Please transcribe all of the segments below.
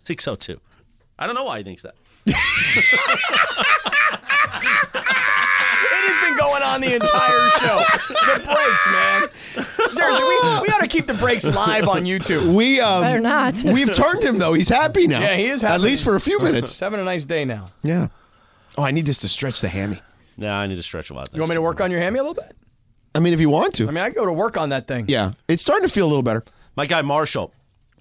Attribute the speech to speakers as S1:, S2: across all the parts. S1: thinks so too. oh I don't know why he thinks that.
S2: It has been going on the entire show. the breaks, man. Seriously, we, we ought to keep the breaks live on YouTube.
S3: We um,
S4: Better not.
S3: We've turned him though. He's happy now.
S2: Yeah, he is
S3: At
S2: happy.
S3: least for a few minutes.
S2: having a nice day now.
S3: yeah. Oh, I need this to stretch the hammy.
S1: Nah, I need to stretch a lot.
S2: You want me to work on your hammy a little bit?
S3: I mean, if you want to.
S2: I mean, I go to work on that thing.
S3: yeah, it's starting to feel a little better.
S1: My guy Marshall,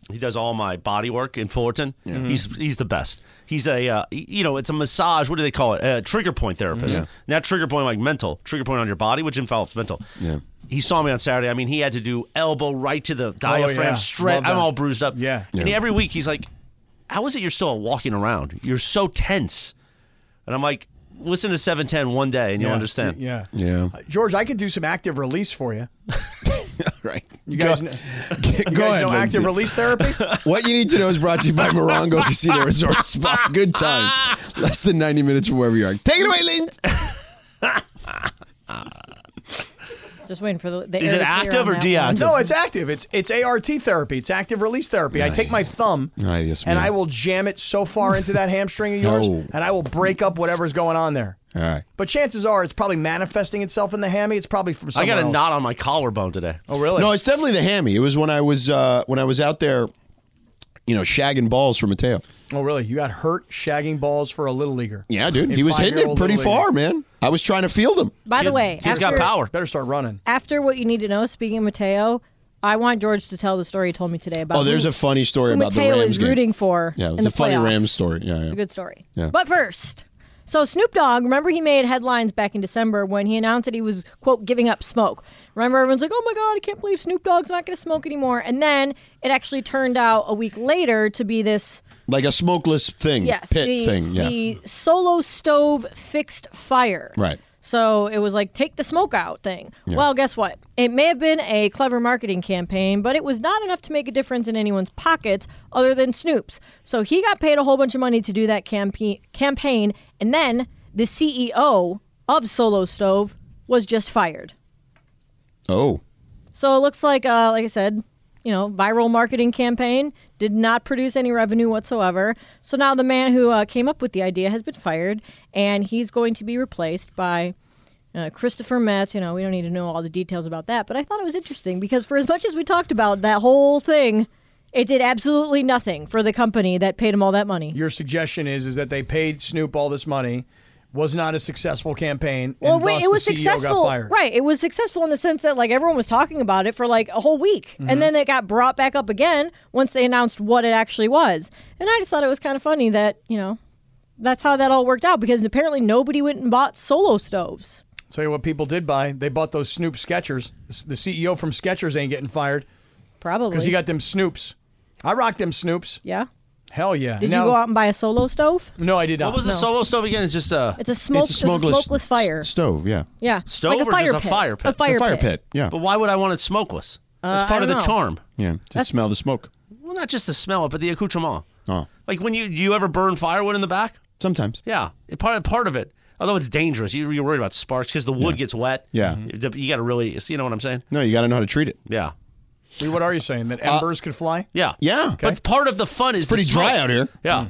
S1: he does all my body work in Fullerton. He's
S2: Mm-hmm.
S1: he's the best. He's a uh, you know it's a massage. What do they call it? A trigger point therapist.
S3: Yeah.
S1: Not trigger point like mental. Trigger point on your body, which involves mental.
S3: Yeah.
S1: He saw me on Saturday. I mean, he had to do elbow right to the diaphragm,
S2: Oh, yeah. Love
S1: stretch.
S2: that.
S1: I'm all bruised up.
S2: Yeah.
S1: And every week he's like, "How is it you're still walking around? You're so tense." And I'm like, "Listen to 710 one day, and you'll
S2: Yeah.
S1: understand."
S2: Yeah.
S3: Yeah.
S2: George, I could do some active release for you.
S3: Right.
S2: You guys,
S3: go,
S2: kn-
S3: go
S2: you guys
S3: ahead.
S2: know
S3: Lindsay.
S2: active release therapy?
S3: What you need to know is brought to you by Morongo Casino Resort Spa. Good times. Less than 90 minutes from wherever you are. Take it away, Lind.
S4: Just waiting for the. the
S1: Is
S4: air
S1: it
S4: to clear
S1: active
S4: on
S1: or
S4: that
S1: deactive?
S2: No, it's active. It's it's ART therapy. It's active release therapy. I take my thumb
S3: Ah, yes,
S2: and
S3: ma'am.
S2: I will jam it so far into that hamstring of yours,
S3: No.
S2: and I will break up whatever's going on there.
S3: All right.
S2: But chances are, it's probably manifesting itself in the hammy. It's probably from
S1: I
S2: somewhere
S1: got a
S2: else.
S1: knot on my collarbone today.
S2: Oh, really?
S3: No, it's definitely the hammy. It was when I was uh, when I was out there, you know, shagging balls for Mateo.
S2: oh, really? You got hurt shagging balls for a little leaguer.
S3: Yeah, dude.
S2: A
S3: He was hitting it
S2: five-year-old
S3: pretty
S2: little
S3: far,
S2: leaguer.
S3: man. I was trying to feel them.
S4: By the way,
S1: He's got
S4: after-
S1: power.
S2: Better start running.
S4: After what you need to know, speaking of Mateo, I want George to tell the story he told me today about.
S3: Oh, there's
S4: who-
S3: a funny story
S4: who
S3: about
S4: Mateo
S3: the Rams
S4: is
S3: game.
S4: rooting for.
S3: Yeah, it
S4: in
S3: was
S4: the
S3: a funny
S4: playoffs.
S3: Rams story. Yeah, yeah.
S4: It's a good story.
S3: Yeah.
S4: But first, so Snoop Dogg, remember he made headlines back in December when he announced that he was, quote, giving up smoke. Remember everyone's like, oh my God, I can't believe Snoop Dogg's not going to smoke anymore. And then it actually turned out a week later to be this,
S3: like a smokeless thing,
S4: yes,
S3: pit
S4: the,
S3: thing. Yeah,
S4: the solo stove fixed fire.
S3: Right.
S4: So it was like, take the smoke out thing. Well, guess what? It may have been a clever marketing campaign, but it was not enough to make a difference in anyone's pockets other than Snoop's. So he got paid a whole bunch of money to do that campa- campaign. And then the CEO of Solo Stove was just fired.
S3: Oh,
S4: So it looks like, uh, like I said, you know, viral marketing campaign did not produce any revenue whatsoever. So now the man who uh, came up with the idea has been fired, and he's going to be replaced by uh, Christopher Metz. You know, we don't need to know all the details about that, but I thought it was interesting because for as much as we talked about that whole thing, it did absolutely nothing for the company that paid him all that money.
S2: Your suggestion is is that they paid Snoop all this money, was not a successful campaign.
S4: Well,
S2: and
S4: wait,
S2: thus
S4: it was
S2: the CEO
S4: successful,
S2: Got fired.
S4: right? It was successful in the sense that like everyone was talking about it for like a whole week, and then it got brought back up again once they announced what it actually was. And I just thought it was kind of funny that you know that's how that all worked out because apparently nobody went and bought solo stoves.
S2: Tell you what, people did buy. They bought those Snoop Skechers. The CEO from Skechers ain't getting fired
S4: Probably
S2: because he got them Snoops. I rock them Snoops.
S4: yeah.
S2: Hell yeah.
S4: Did
S2: Now-
S4: you go out and buy a solo stove?
S2: No, I did not.
S1: What was the solo stove again? It's just uh,
S4: It's a smoke.
S3: it's a
S4: It's
S3: smokeless,
S4: smokeless fire.
S3: s- stove. Yeah,
S4: yeah,
S1: Stove
S4: like
S1: or
S4: a fire
S1: just a
S4: pit.
S1: fire pit?
S4: A fire,
S3: The fire pit. Yeah,
S1: But why would I want it smokeless? That's part
S4: I
S1: of the
S4: don't know.
S1: charm.
S3: yeah. To smell the smoke.
S1: Well, not just the smell, but the accoutrement.
S3: Oh,
S1: Like when you do you ever burn firewood in the back?
S3: sometimes.
S1: Yeah, it, part part of it. Although it's dangerous, you, you're worried about sparks because the wood gets wet. Mm-hmm.
S3: Yeah.
S1: you, got to really, you know what I'm saying?
S3: No, you got to know how to treat it.
S1: Yeah,
S2: Wait, what are you saying? That
S3: Uh,
S2: embers could fly?
S1: yeah,
S3: Yeah.
S1: But part of the fun is the
S3: Pretty dry
S1: smoke.
S3: out here.
S1: Yeah.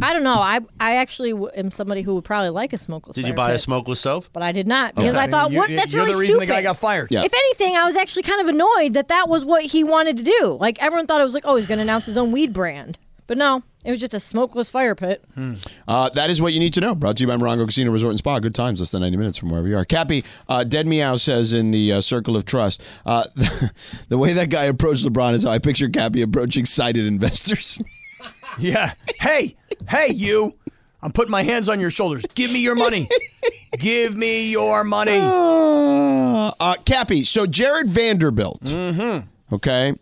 S4: I don't know. I I actually w- am somebody who would probably like a smokeless.
S1: Did
S4: fire
S1: you buy a
S4: pit,
S1: smokeless stove?
S4: But I did not because I
S2: mean,
S4: thought
S2: you-
S4: what
S2: you-
S4: that's
S2: you're
S4: really
S2: the reason
S4: stupid.
S2: the guy got fired.
S3: Yeah.
S4: If anything, I was actually kind of annoyed that that was what he wanted to do. Like everyone thought it was like, oh, he's going to announce his own weed brand, but no, it was just a smokeless fire pit.
S3: Uh, that is what you need to know. Brought to you by Morongo Casino Resort and Spa. Good times, less than 90 minutes from wherever you are. Cappy, uh, Dead Meow says in the uh, Circle of Trust, uh, the, way that guy approached LeBron is how I picture Cappy approaching sighted investors.
S2: Yeah. Hey, hey, you. I'm putting my hands on your shoulders. Give me your money. Give me your money.
S3: uh, uh, Cappy, so Jared Vanderbilt,
S2: Mm-hmm.
S3: okay,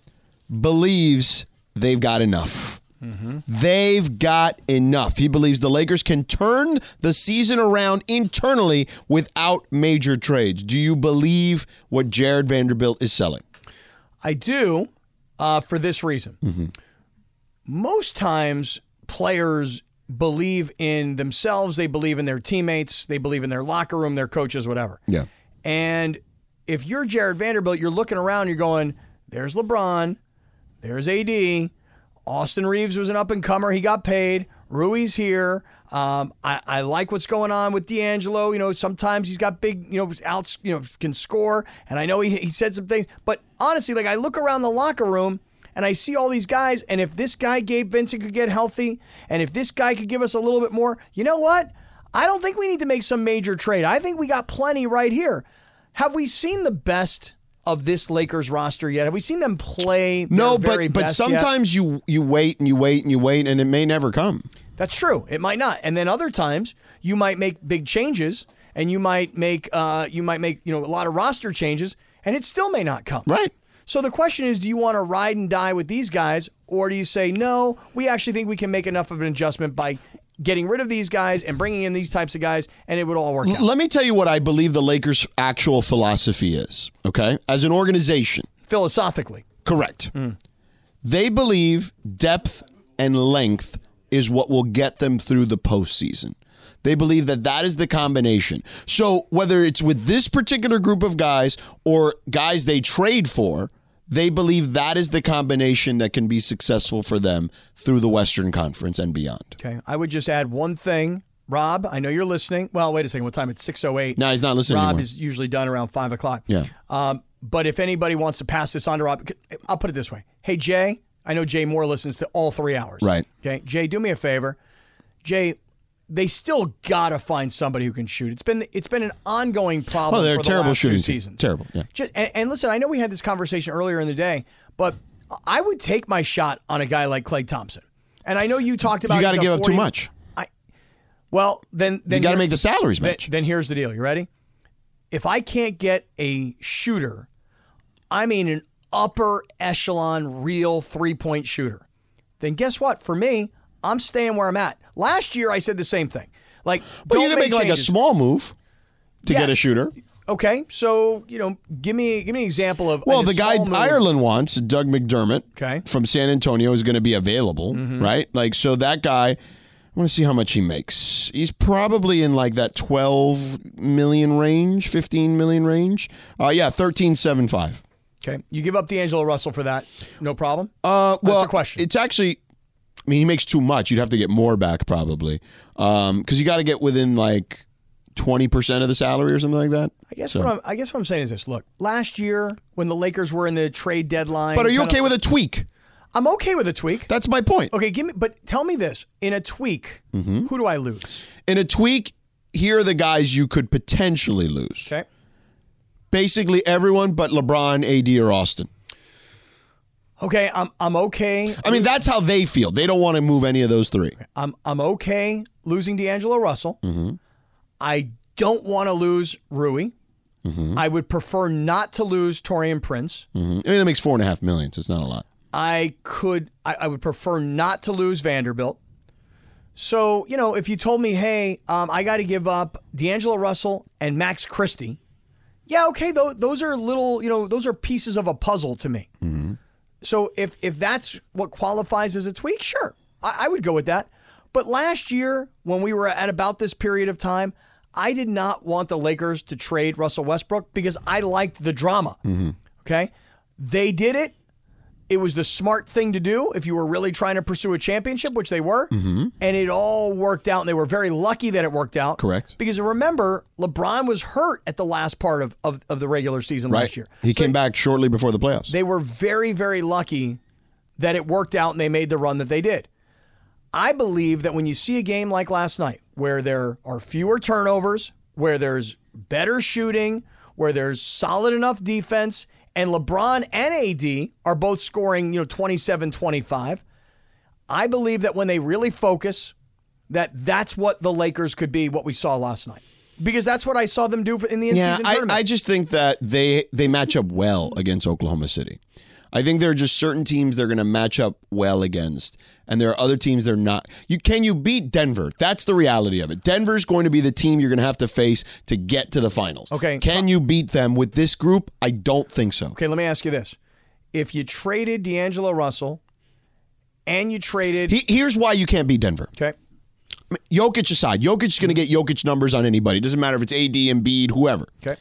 S3: believes they've got enough.
S2: Mm-hmm.
S3: They've got enough. He believes the Lakers can turn the season around internally without major trades. Do you believe what Jared Vanderbilt is selling?
S2: I do uh, for this reason. Most times, players believe in themselves, they believe in their teammates, they believe in their locker room, their coaches, whatever.
S3: Yeah.
S2: And if you're Jared Vanderbilt, you're looking around, you're going, there's LeBron, there's AD. Austin Reeves was an up and comer. He got paid. Rui's here. Um, I, I like what's going on with D'Angelo. You know, sometimes he's got big, you know, outs, you know, can score. And I know he, he said some things, but honestly, like I look around the locker room and I see all these guys. And if this guy, Gabe Vincent, could get healthy, and if this guy could give us a little bit more, you know what? I don't think we need to make some major trade. I think we got plenty right here. Have we seen the best of this Lakers roster yet? Have we seen them play? their
S3: No,
S2: very
S3: but but
S2: best yet?
S3: sometimes you you wait and you wait and you wait and it may never come.
S2: That's true. It might not. And then other times you might make big changes and you might make uh, you might make you know a lot of roster changes and it still may not come.
S3: Right.
S2: So the question is, do you want to ride and die with these guys, or do you say no? We actually think we can make enough of an adjustment by getting rid of these guys and bringing in these types of guys, and it would all work out.
S3: Let me tell you what I believe the Lakers' actual philosophy is. Okay, as an organization,
S2: Philosophically,
S3: correct.
S2: Hmm.
S3: They believe depth and length is what will get them through the postseason. They believe that that is the combination. So whether it's with this particular group of guys or guys they trade for, they believe that is the combination that can be successful for them through the Western Conference and beyond.
S2: okay. I would just add one thing, Rob. I know you're listening. Well, wait a second. What time? It's six oh eight.
S3: No, he's not listening
S2: Rob
S3: anymore.
S2: is usually done around five o'clock.
S3: Yeah.
S2: Um, but if anybody wants to pass this on to Rob, I'll put it this way. Hey, Jay, I know Jay Moore listens to all three hours.
S3: Right.
S2: Okay. Jay, do me a favor. Jay, they still gotta find somebody who can shoot. It's been it's been an ongoing problem.
S3: Oh, they're
S2: for
S3: a
S2: the
S3: terrible
S2: last two
S3: shooting team.
S2: seasons.
S3: Terrible, yeah.
S2: Just, and, and listen, I know we had this conversation earlier in the day, but I would take my shot on a guy like Clay Thompson. And I know you talked about
S3: You got
S2: he's
S3: to
S2: a
S3: give up too
S2: 40
S3: much.
S2: Well, then, then
S3: You got to
S2: here-
S3: make the salaries
S2: then,
S3: match.
S2: then here's the deal. You ready? If I can't get a shooter, I mean an upper echelon real three point shooter, then guess what? For me, I'm staying where I'm at. Last year, I said the same thing. Like,
S3: But you
S2: don't
S3: can make, like a
S2: changes.
S3: small move to
S2: Yeah.
S3: get a shooter.
S2: Okay, so you know, give me give me an example of
S3: Well,
S2: a
S3: the guy
S2: small move.
S3: Ireland wants, Doug McDermott
S2: Okay. Mm-hmm.
S3: from San Antonio, is going to be available, right? Like, so that guy, I want to see how much he makes. He's probably in like that 12 million range, 15 million range. Uh, yeah, 13.75.
S2: Okay, you give up D'Angelo Russell for that, no problem.
S3: Uh, well,
S2: a question.
S3: It's actually, I mean, he makes too much. You'd have to get more back probably because you got to get within like 20% of the salary or something like that.
S2: I guess
S3: so.
S2: what I'm, I guess what I'm saying is this: Look, last year when the Lakers were in the trade deadline,
S3: But are you
S2: kinda- Oh.
S3: okay with a tweak?
S2: I'm okay with a tweak.
S3: That's my point.
S2: Okay, give me. But tell me this: in a tweak, who do I lose?
S3: In a tweak, here are the guys you could potentially lose.
S2: Okay,
S3: Basically everyone but LeBron, AD, or Austin.
S2: okay, I'm I'm okay.
S3: I mean, that's how they feel. They don't want to move any of those three.
S2: I'm I'm okay losing D'Angelo Russell. I don't want to lose Rui. I would prefer not to lose Torian Prince.
S3: Mhm. I mean, it makes four and a half million, so it's not a lot.
S2: I could. I, I would prefer not to lose Vanderbilt. So you know, if you told me, hey, um, I got to give up D'Angelo Russell and Max Christie, yeah, okay, though those are little, you know, those are pieces of a puzzle to me. So if if that's what qualifies as a tweak, sure, I, I would go with that. But last year, when we were at about this period of time, I did not want the Lakers to trade Russell Westbrook because I liked the drama. Okay, they did it. It was the smart thing to do if you were really trying to pursue a championship, which they were, and it all worked out. And they were very lucky that it worked out.
S3: Correct.
S2: Because remember, LeBron was hurt at the last part of, of, of the regular season last year.
S3: He came back shortly before the playoffs.
S2: They were very, very lucky that it worked out and they made the run that they did. I believe that when you see a game like last night, where there are fewer turnovers, where there's better shooting, where there's solid enough defense, and LeBron and AD are both scoring, you know, 27 25, I believe that when they really focus, that that's what the Lakers could be, what we saw last night. Because that's what I saw them do for- in the in-season
S3: yeah, I,
S2: tournament.
S3: I just think that they they match up well against Oklahoma City. I think there are just certain teams they're going to match up well against, and there are other teams they're not. You can you beat Denver? That's the reality of it. Denver's going to be the team you're going to have to face to get to the finals.
S2: Okay.
S3: Can you beat them with this group? I don't think so.
S2: Okay, let me ask you this. If you traded D'Angelo Russell and you traded.
S3: He, here's why you can't beat Denver.
S2: okay.
S3: Jokic aside, Jokic is going to get Jokic numbers on anybody. It doesn't matter if it's AD, Embiid, whoever.
S2: Okay.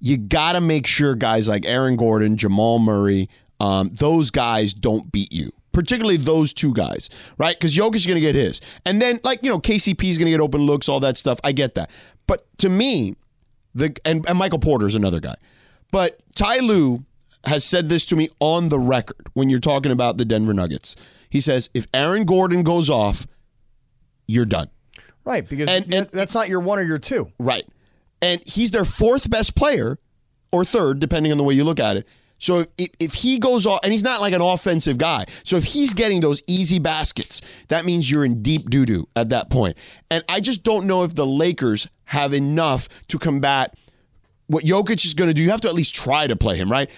S3: you got to make sure guys like Aaron Gordon, Jamal Murray, um, those guys don't beat you. particularly those two guys, right? Because Jokic is going to get his, and then like you know KCP is going to get open looks, all that stuff. I get that, but to me, the and, and Michael Porter is another guy, but Ty Lue has said this to me on the record when you're talking about the Denver Nuggets. He says if Aaron Gordon goes off, you're done.
S2: Right, because
S3: And- and-
S2: that- that's not your one or your two.
S3: Right. And he's their fourth best player or third, depending on the way you look at it. So if- if, if he goes off, and he's not like an offensive guy. So if he's getting those easy baskets, that means you're in deep doo doo at that point. And I just don't know if the Lakers have enough to combat what Jokic is going to do. You have to at least try to play him, right?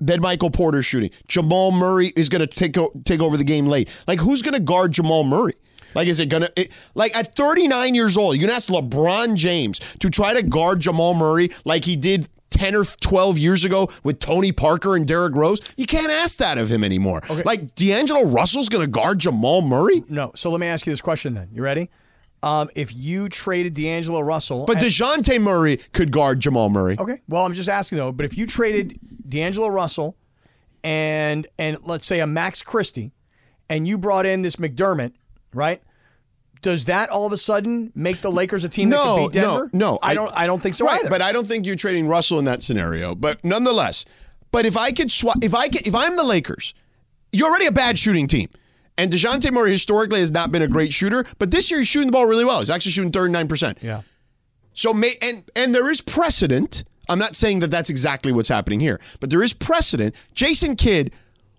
S3: Then Michael Porter shooting. Jamal Murray is going to take o- take over the game late. Like who's going to guard Jamal Murray? Like is it going to like at 39 years old, you can ask LeBron James to try to guard Jamal Murray like he did 10 or 12 years ago with Tony Parker and Derrick Rose. You can't ask that of him anymore. Like D'Angelo Russell's going to guard Jamal Murray?
S2: No. So let me ask you this question then. You ready? Um, if you traded D'Angelo Russell,
S3: But
S2: and-
S3: DeJounte Murray could guard Jamal Murray.
S2: okay. Well, I'm just asking though. But if you traded D'Angelo Russell and and let's say a Max Christie, and you brought in this McDermott, right? Does that all of a sudden make the Lakers a team that
S3: no,
S2: can beat Denver?
S3: No, no,
S2: I, don't. I don't think so
S3: right,
S2: either.
S3: But I don't think you're trading Russell in that scenario. But nonetheless, but if I could swap, if I could, if I'm the Lakers, you're already a bad shooting team. And DeJounte Murray historically has not been a great shooter, but this year he's shooting the ball really well. He's actually shooting 39%.
S2: yeah.
S3: So may and and there is precedent. I'm not saying that that's exactly what's happening here, but there is precedent. Jason Kidd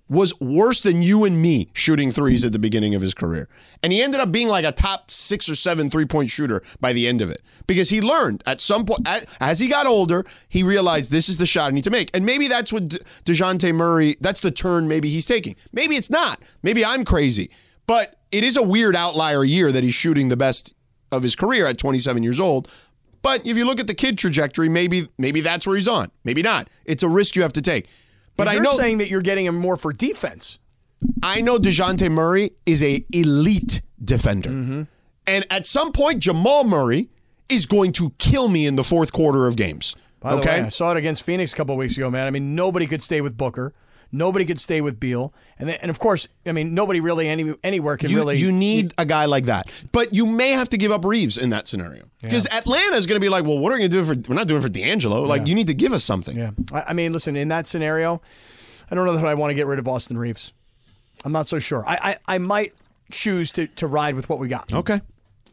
S3: was worse than you and me shooting threes at the beginning of his career. And he ended up being like a top 6 or 7 three-point shooter by the end of it because he learned at some point a- as he got older, he realized this is the shot I need to make. And maybe that's what De- DeJounte Murray, that's the turn maybe he's taking. Maybe it's not. Maybe I'm crazy. But it is a weird outlier year that he's shooting the best of his career at 27 years old. But if you look at the kid trajectory, maybe maybe that's where he's on. Maybe not. It's a risk you have to take. But I
S2: you're
S3: know
S2: saying that you're getting him more for defense.
S3: I know DeJounte Murray is a elite defender.
S2: Mm-hmm.
S3: And at some point, Jamal Murray is going to kill me in the fourth quarter of games.
S2: By the
S3: okay.
S2: way, I saw it against Phoenix a couple weeks ago, man. I mean, nobody could stay with Booker. Nobody could stay with Beal. And then, and of course, I mean, nobody really any, anywhere can
S3: You,
S2: really.
S3: you need a guy like that. But you may have to give up Reeves in that scenario. Because Atlanta is going to be like, well, what are we going to do for, we're not doing it for D'Angelo. Like, you need to give us something.
S2: Yeah. I, I mean, listen, in that scenario, I don't know that I want to get rid of Austin Reeves. I'm not so sure. I, I, I might choose to, to ride with what we got.
S3: Okay.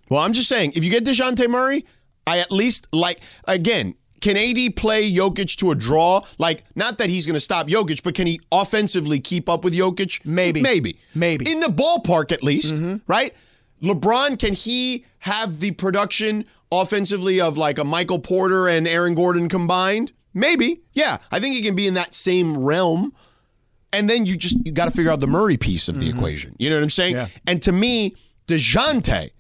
S3: Well, I'm just saying, if you get DeJounte Murray, I at least like, again, can AD play Jokic to a draw? Like, not that he's going to stop Jokic, but can he offensively keep up with Jokic?
S2: Maybe.
S3: Maybe.
S2: Maybe. Mm-hmm.
S3: In the ballpark, at least, right? LeBron, can he have the production offensively of like a Michael Porter and Aaron Gordon combined? Maybe. Yeah. I think he can be in that same realm and then you just you got to figure out the Murray piece of the equation. You know what I'm saying?
S2: Mm-hmm. Yeah.
S3: And to me, Dejounte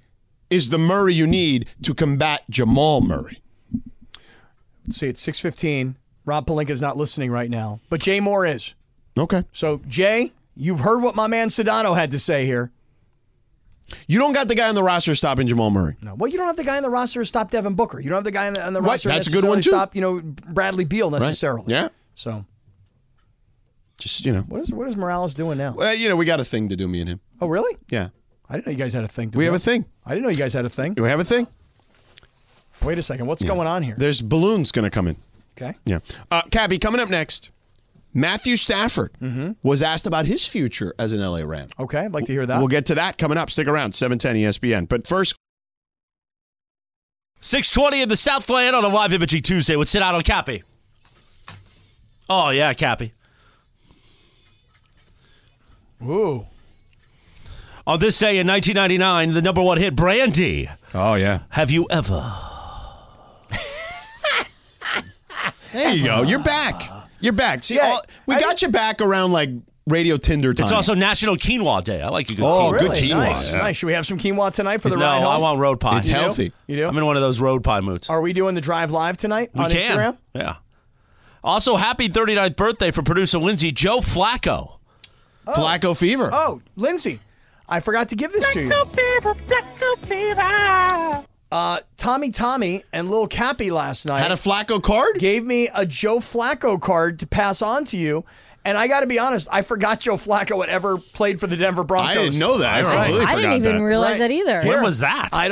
S3: is the Murray you need to combat Jamal Murray.
S2: Let's see, it's 6:15. Rob Palinka's not listening right now, but Jay Moore is.
S3: Okay.
S2: So Jay, you've heard what my man Sedano had to say here.
S3: You don't got the guy on the roster stopping Jamal Murray.
S2: No. Well, you don't have the guy on the roster to stop Devin Booker. You don't have the guy on the, on the
S3: Right,
S2: roster
S3: that's a good one,
S2: necessarily stop,
S3: too.
S2: you know, Bradley Beal necessarily.
S3: Yeah.
S2: So
S3: Just you know,
S2: what is what is Morales doing now?
S3: well, you know, we got a thing to do. Me and him.
S2: Oh, really?
S3: Yeah,
S2: I didn't know you guys had a thing.
S3: we have a thing.
S2: I didn't know you guys had a thing.
S3: We have a thing.
S2: Wait a second. What's going on here?
S3: There's balloons going to come in.
S2: Okay.
S3: Yeah. Uh, Cabby, coming up next, Matthew Stafford
S2: Mm-hmm.
S3: was asked about his future as an LA Ram.
S2: Okay. I'd like to hear that.
S3: We'll get to that coming up. Stick around, E 710 ESPN. But first,
S1: 620 in the Southland on a live imaging Tuesday with Sit Out on Cappy. Oh, yeah, Cappy.
S2: Ooh.
S1: On this day in 1999, the number one hit, Brandy,
S3: oh yeah,
S1: Have You Ever?
S3: There you go. You're back. You're back. See,
S2: Yeah,
S3: all, we
S2: I-
S3: got you back around like radio Tinder time.
S1: It's also National Quinoa Day. I like you.
S3: Oh, good
S2: Really?
S3: quinoa.
S2: Nice.
S3: Yeah.
S2: Nice. Should we have some quinoa tonight for the
S1: No,
S2: ride home?
S1: I want road pie.
S3: It's healthy.
S2: You do?
S1: I'm in one of those road pie moods.
S2: Are we doing the drive live tonight
S1: we
S2: on
S1: can.
S2: Instagram?
S1: Yeah. Also, happy 39th birthday for producer Lindsay, Joe Flacco.
S3: Flacco fever.
S2: Oh, Lindsay, I forgot to give this to you.
S5: Black fever, black fever.
S2: Uh, Tommy Tommy and Lil Cappy last night
S3: Had a Flacco card.
S2: gave me a Joe Flacco card to pass on to you. And I got to be honest, I forgot Joe Flacco had ever played for the Denver Broncos.
S3: I didn't know that. I
S1: Right.
S3: completely
S4: I
S3: forgot
S4: didn't even
S3: that.
S4: realize
S2: Right.
S4: that either.
S1: When was that?
S2: I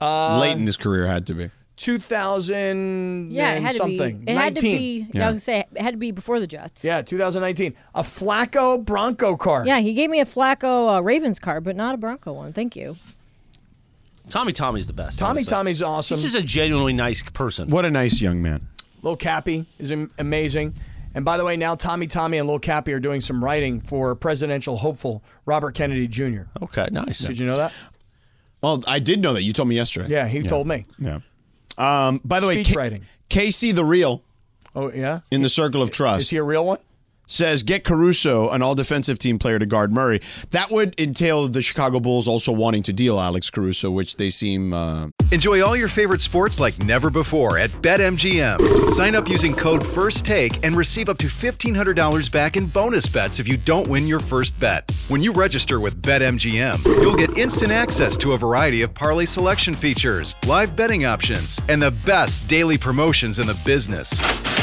S2: don't.
S3: Late in his career had to be.
S2: 2000
S4: yeah, it
S2: and
S4: had to
S2: something.
S4: be. It
S2: 19.
S4: had to be. Yeah. I was gonna say it had to be before the Jets.
S2: Yeah, 2019. A Flacco Bronco card.
S4: Yeah, he gave me a Flacco uh, Ravens card, but not a Bronco one. Thank you.
S1: Tommy Tommy's the best.
S2: Tommy
S1: honestly.
S2: Tommy's awesome.
S1: He's just a genuinely nice person.
S3: What a nice young man.
S2: Lil Cappy is am- amazing. And by the way, now Tommy Tommy and Lil Cappy are doing some writing for presidential hopeful Robert Kennedy Jr.
S1: Okay, nice.
S2: Did you know that?
S3: Well, I did know that. You told me yesterday.
S2: Yeah, he told me.
S3: Yeah. Um, by the way,
S2: Speech writing.
S3: Casey the Real
S2: Oh, yeah?
S3: in the Circle of Trust.
S2: Is he a real one?
S3: says get Caruso, an all defensive team player, to guard Murray. That would entail the Chicago Bulls also wanting to deal Alex Caruso, which they seem. Uh,
S6: Enjoy all your favorite sports like never before at BetMGM. Sign up using code FIRSTTAKE and receive up to $1,500 back in bonus bets if you don't win your first bet. When you register with BetMGM, you'll get instant access to a variety of parlay selection features, live betting options, and the best daily promotions in the business.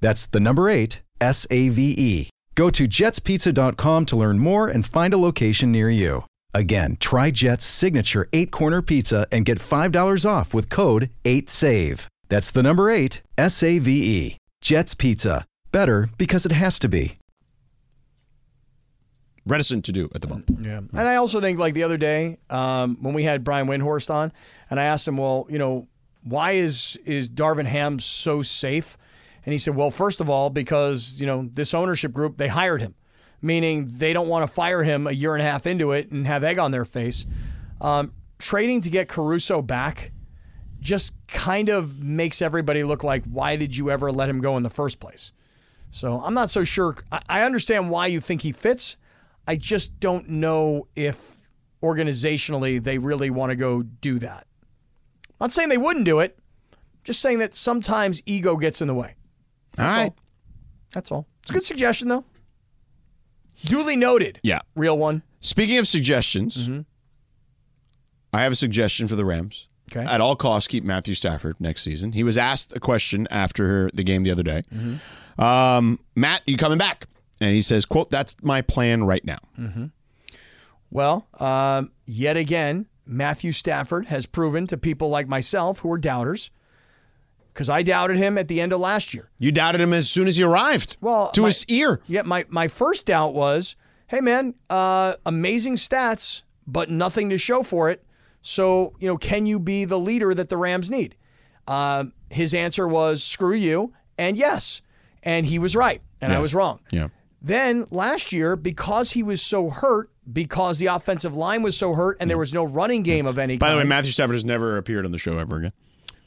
S6: That's the number eight, S A V E. Go to jetspizza.com to learn more and find a location near you. Again, try Jet's signature eight corner pizza and get $5 off with code 8SAVE. That's the number eight, S A V E. Jet's Pizza. Better because it has to be.
S3: reticent to do at the moment.
S2: Yeah. And I also think, like the other day, um, when we had Brian Windhorst on, and I asked him, well, you know, why is is Darvin Ham so safe? And he said, well, first of all, because you know this ownership group they hired him, meaning they don't want to fire him a year and a half into it and have egg on their face. Um, trading to get Caruso back just kind of makes everybody look like, why did you ever let him go in the first place? So I'm not so sure. I, I understand why you think he fits. I just don't know if organizationally they really want to go do that. Not saying they woun't do it, just saying that sometimes ego gets in the way.
S3: All right.
S2: That's all. It's a good suggestion, though. Duly noted.
S3: Yeah.
S2: Real one.
S3: Speaking of suggestions, I have a suggestion for the Rams.
S2: Okay.
S3: At all costs, keep Matthew Stafford next season. He was asked a question after the game the other day. Um, Matt, you coming back? And he says, "quote That's my plan right now."
S2: Well, um, yet again, Matthew Stafford has proven to people like myself who are doubters, because I doubted him at the end of last year.
S3: You doubted him as soon as he arrived.
S2: Well,
S3: to
S2: my-
S3: his ear.
S2: Yeah, my, my first doubt was, hey man, uh, amazing stats, but nothing to show for it. So you know, can you be the leader that the Rams need? Um, his answer was, screw you, and yes, and he was right, and I was wrong.
S3: Yeah.
S2: Then last year, because he was so hurt, because the offensive line was so hurt, and there was no running game of any.
S3: By the way,
S2: kind-
S3: Matthew Stafford has never appeared on the show ever again.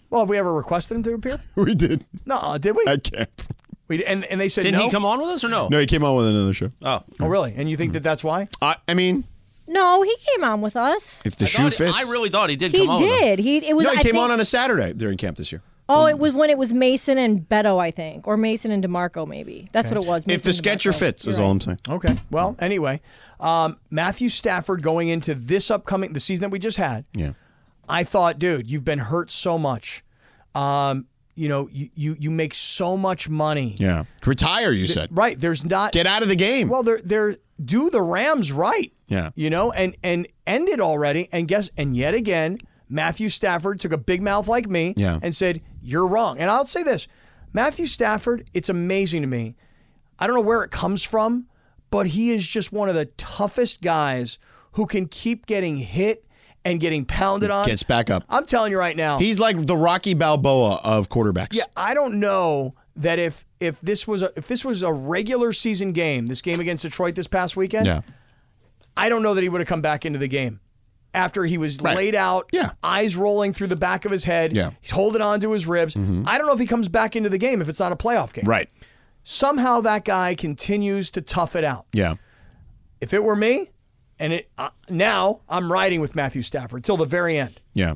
S2: well, have we ever requested him to appear?
S3: We did
S2: No, did we?
S3: at camp.
S2: we and and they said
S1: Didn't
S2: no.
S1: he come on with us or no?
S3: No, he came on with another show.
S1: Oh.
S2: oh, really? And you think that that's why?
S3: I, I mean,
S4: No, he came on with us.
S3: if the shoe
S1: Thought he-
S3: fits.
S1: I really thought he did
S4: He
S1: come on. with us.
S4: did. He it was.
S3: no, he
S4: I
S3: came
S4: think,
S3: on on a Saturday during camp this year.
S4: Oh, it was when it was Mason and Beto, I think, or Mason and Demarco, maybe. That's what it was.
S3: If
S4: Mason
S3: the
S4: and
S3: sketcher
S4: DeMarco.
S3: fits, is
S4: You're
S3: all
S4: right.
S3: I'm saying.
S2: Okay. Well, anyway, um, Matthew Stafford going into this upcoming the season that we just had.
S3: Yeah.
S2: I thought, dude, you've been hurt so much. Um, you know, you you, you make so much money.
S3: Yeah. Retire, you said.
S2: Right. There's not.
S3: Get out of the game.
S2: well, they're they're do the Rams right.
S3: Yeah.
S2: You know, and and end it already. And guess and yet again, Matthew Stafford took a big mouth like me
S3: Yeah.
S2: and said, You're wrong. And I'll say this. Matthew Stafford, it's amazing to me. I don't know where it comes from, but he is just one of the toughest guys who can keep getting hit and getting pounded on.
S3: Gets back up.
S2: I'm telling you right now.
S3: He's like the Rocky Balboa of quarterbacks.
S2: Yeah, I don't know that if if this was a if this was a regular season game, this game against Detroit this past weekend,
S3: Yeah.
S2: I don't know that he would have come back into the game after he was
S3: Right.
S2: laid out,
S3: Yeah.
S2: eyes rolling through the back of his head.
S3: Yeah. Mm-hmm.
S2: He's holding on to his ribs. I don't know if he comes back into the game if it's not a playoff game.
S3: Right.
S2: Somehow that guy continues to tough it out.
S3: Yeah.
S2: If it were me, and it uh, now I'm riding with Matthew Stafford till the very end.
S3: Yeah.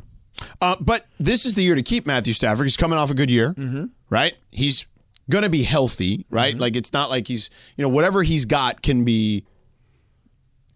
S3: Uh, but this is the year to keep Matthew Stafford. He's coming off a good year,
S2: Mm-hmm.
S3: right? He's going to be healthy, right? Like, it's not like he's, you know, whatever he's got can be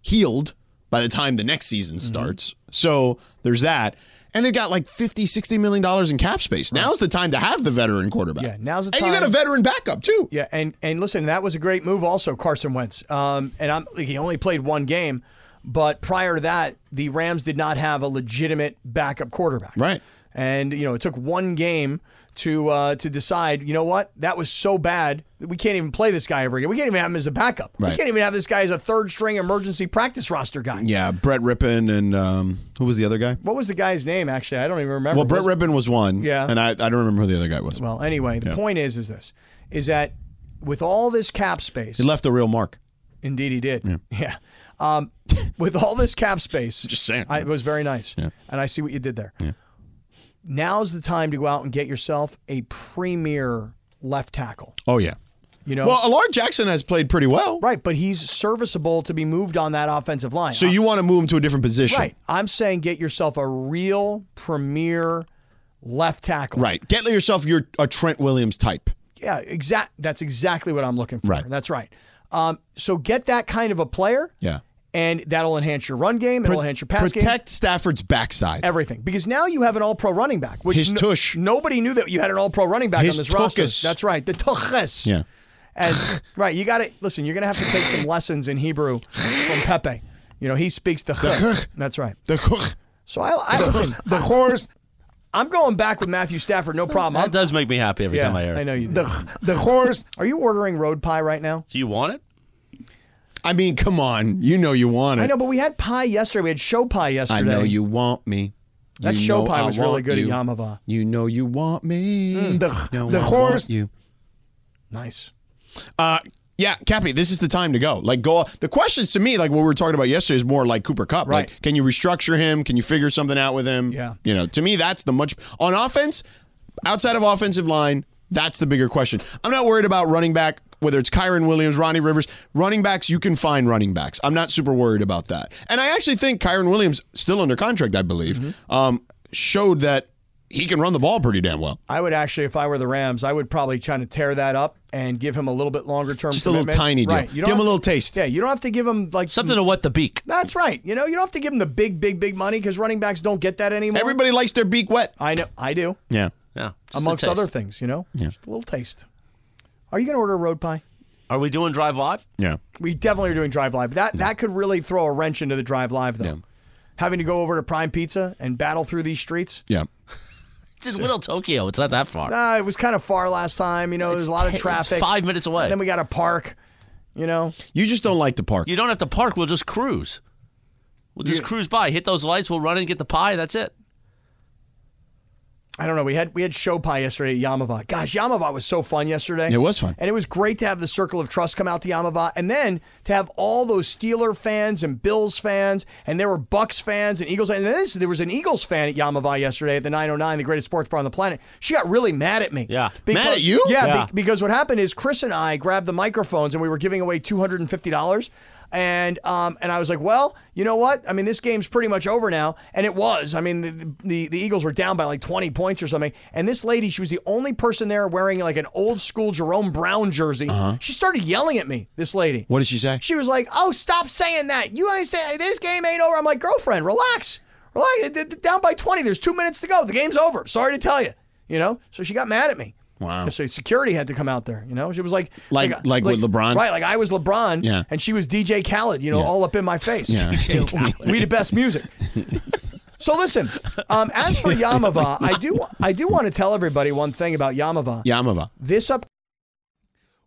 S3: healed by the time the next season
S2: Mm-hmm.
S3: starts. So there's that. And they've got like 50, 60 million dollars in cap space. Now's the time to have the veteran quarterback.
S2: Yeah, now's the
S3: and And you got
S2: time.
S3: a veteran backup too.
S2: Yeah, and and listen, that was a great move, also Carson Wentz. Um, and I'm like, he only played one game, but prior to that, the Rams did not have a legitimate backup quarterback.
S3: Right.
S2: And you know, it took one game to uh, to decide. You know what? That was so bad that we can't even play this guy ever again. We can't even have him as a backup.
S3: Right.
S2: We can't even have this guy as a third string emergency practice roster guy.
S3: Yeah, Brett Rippon and um, who was the other guy?
S2: What was the guy's name? Actually, I don't even remember.
S3: Well, Brett
S2: Was-
S3: Rippon was one.
S2: Yeah.
S3: And I, I don't remember who the other guy was.
S2: Well, anyway, the point is, is this, is that with all this cap space,
S3: he left a real mark.
S2: Indeed, he did. Yeah. Um, with all this cap space,
S3: Just saying.
S2: I, it was very nice.
S3: Yeah.
S2: And I see what you did there. Now's the time to go out and get yourself a premier left tackle.
S3: Oh, yeah.
S2: You know,
S3: Well, Alar Jackson has played pretty well.
S2: right? But he's serviceable to be moved on that offensive line.
S3: So you want to move him to a different position.
S2: right? I'm saying get yourself a real premier left tackle.
S3: Right. Get yourself your a Trent Williams type.
S2: Yeah. Exact. That's exactly what I'm looking for.
S3: Right.
S2: That's right. Um, so get that kind of a player.
S3: Yeah.
S2: And that'll enhance your run game. It'll enhance your pass game.
S3: Protect Stafford's backside.
S2: everything because now you have an all-pro running back. Which
S3: His tush.
S2: Nobody knew that you had an all-pro running back
S3: His
S2: on this roster.
S3: tuchus.
S2: That's right, the tuchus.
S3: Yeah.
S2: As right, you got to listen. You're gonna have to take some lessons in Hebrew from Pepe. You know, he speaks the. ch. That's right.
S3: The-
S2: So I, I listen.
S3: the horse.
S2: I'm going back with Matthew Stafford. No problem.
S1: That
S2: I'm,
S1: does make me happy every
S2: yeah,
S1: time I hear it.
S2: I know you. Do.
S3: The, the horse.
S2: Are you ordering road pie right now?
S1: Do you want it?
S3: I mean, come on. You know you want it.
S2: I know, but we had pie yesterday. We had show pie yesterday.
S3: I know you want me.
S2: That
S3: You
S2: show
S3: know
S2: pie
S3: I
S2: was really
S3: want
S2: good at
S3: you.
S2: Yamava.
S3: You know you want me.
S2: the-
S3: No,
S2: the
S3: I
S2: horse.
S3: want You.
S2: Nice.
S3: Uh, yeah, Cappy, this is the time to go. Like, go. The questions to me, like what we were talking about yesterday, is more like Cooper Cup.
S2: Right.
S3: Like, can you restructure him? Can you figure something out with him?
S2: Yeah.
S3: You know, to me, that's the much on offense, outside of offensive line, that's the bigger question. I'm not worried about running back. Whether it's Kyron Williams, Ronnie Rivers, running backs, you can find running backs. I'm not super worried about that. And I actually think Kyron Williams, still under contract, I believe,
S2: Mm-hmm.
S3: um, showed that he can run the ball pretty damn well.
S2: I would actually, if I were the Rams, I would probably try to tear that up and give him a little bit longer term.
S3: Just a little
S2: commitment.
S3: tiny deal.
S2: Right. You
S3: Give
S2: don't
S3: him a
S2: have
S3: little
S2: to-
S3: taste.
S2: Yeah, you don't have to give him like
S1: Something to wet the beak.
S2: That's right. You know, you don't have to give him the big, big, big money because running backs don't get that anymore.
S3: Everybody likes their beak wet.
S2: I know, I do.
S3: Yeah.
S1: Yeah. just a
S2: amongst
S1: taste.
S2: other things, you know, just a little taste. Are you going to order a road pie?
S1: Are we doing Drive Live?
S3: Yeah.
S2: We definitely are doing Drive Live. That that could really throw a wrench into the Drive Live though. Having to go over to Prime Pizza and battle through these streets.
S3: Yeah.
S1: It's just Little Tokyo. It's not that far.
S2: Uh, it was kind of far last time. You know, there's a lot
S1: It's
S2: of
S1: ta- it's
S2: traffic.
S1: five minutes away.
S2: And then we got to park. You know,
S3: You just don't like the park.
S1: You don't have to park. We'll just cruise. We'll just cruise by, hit those lights. We'll run in, get the pie. That's it.
S2: I don't know. We had we had show pie yesterday at Yamava. Gosh, Yamava was so fun yesterday.
S3: It was fun.
S2: and it was great to have the circle of trust come out to Yamava, and then to have all those Steeler fans and Bills fans, and there were Bucks fans and Eagles. And then this, there was an Eagles fan at Yamava yesterday at the 909, the greatest sports bar on the planet. She got really mad at me.
S1: Yeah.
S3: Mad at you?
S2: Yeah, be-
S1: Yeah.
S2: because what happened is Chris and I grabbed the microphones and we were giving away two hundred and fifty dollars. And um, and I was like, well, you know what? I mean, this game's pretty much over now, and it was. I mean, the, the the Eagles were down by like twenty points or something, and this lady, she was the only person there wearing like an old school Jerome Brown jersey. She started yelling at me. This lady.
S3: What did she say?
S2: She was like, "Oh, stop saying that. You ain't saying this game ain't over." I'm like, "Girlfriend, relax, relax. It- it- Down by 20. There's two minutes to go. The game's over. Sorry to tell you. You know." So she got mad at me.
S3: Wow.
S1: Oh.
S2: And So security had to come out there. You know, she was like,
S3: Like- like with LeBron?
S2: right? Like I was LeBron,
S3: Yeah.
S2: and she was DJ Khaled. You know, all up in my face. we the best music. So listen, um, as for Yamava, I do I do want to tell everybody one thing about Yamava.
S3: Yamava.
S2: This up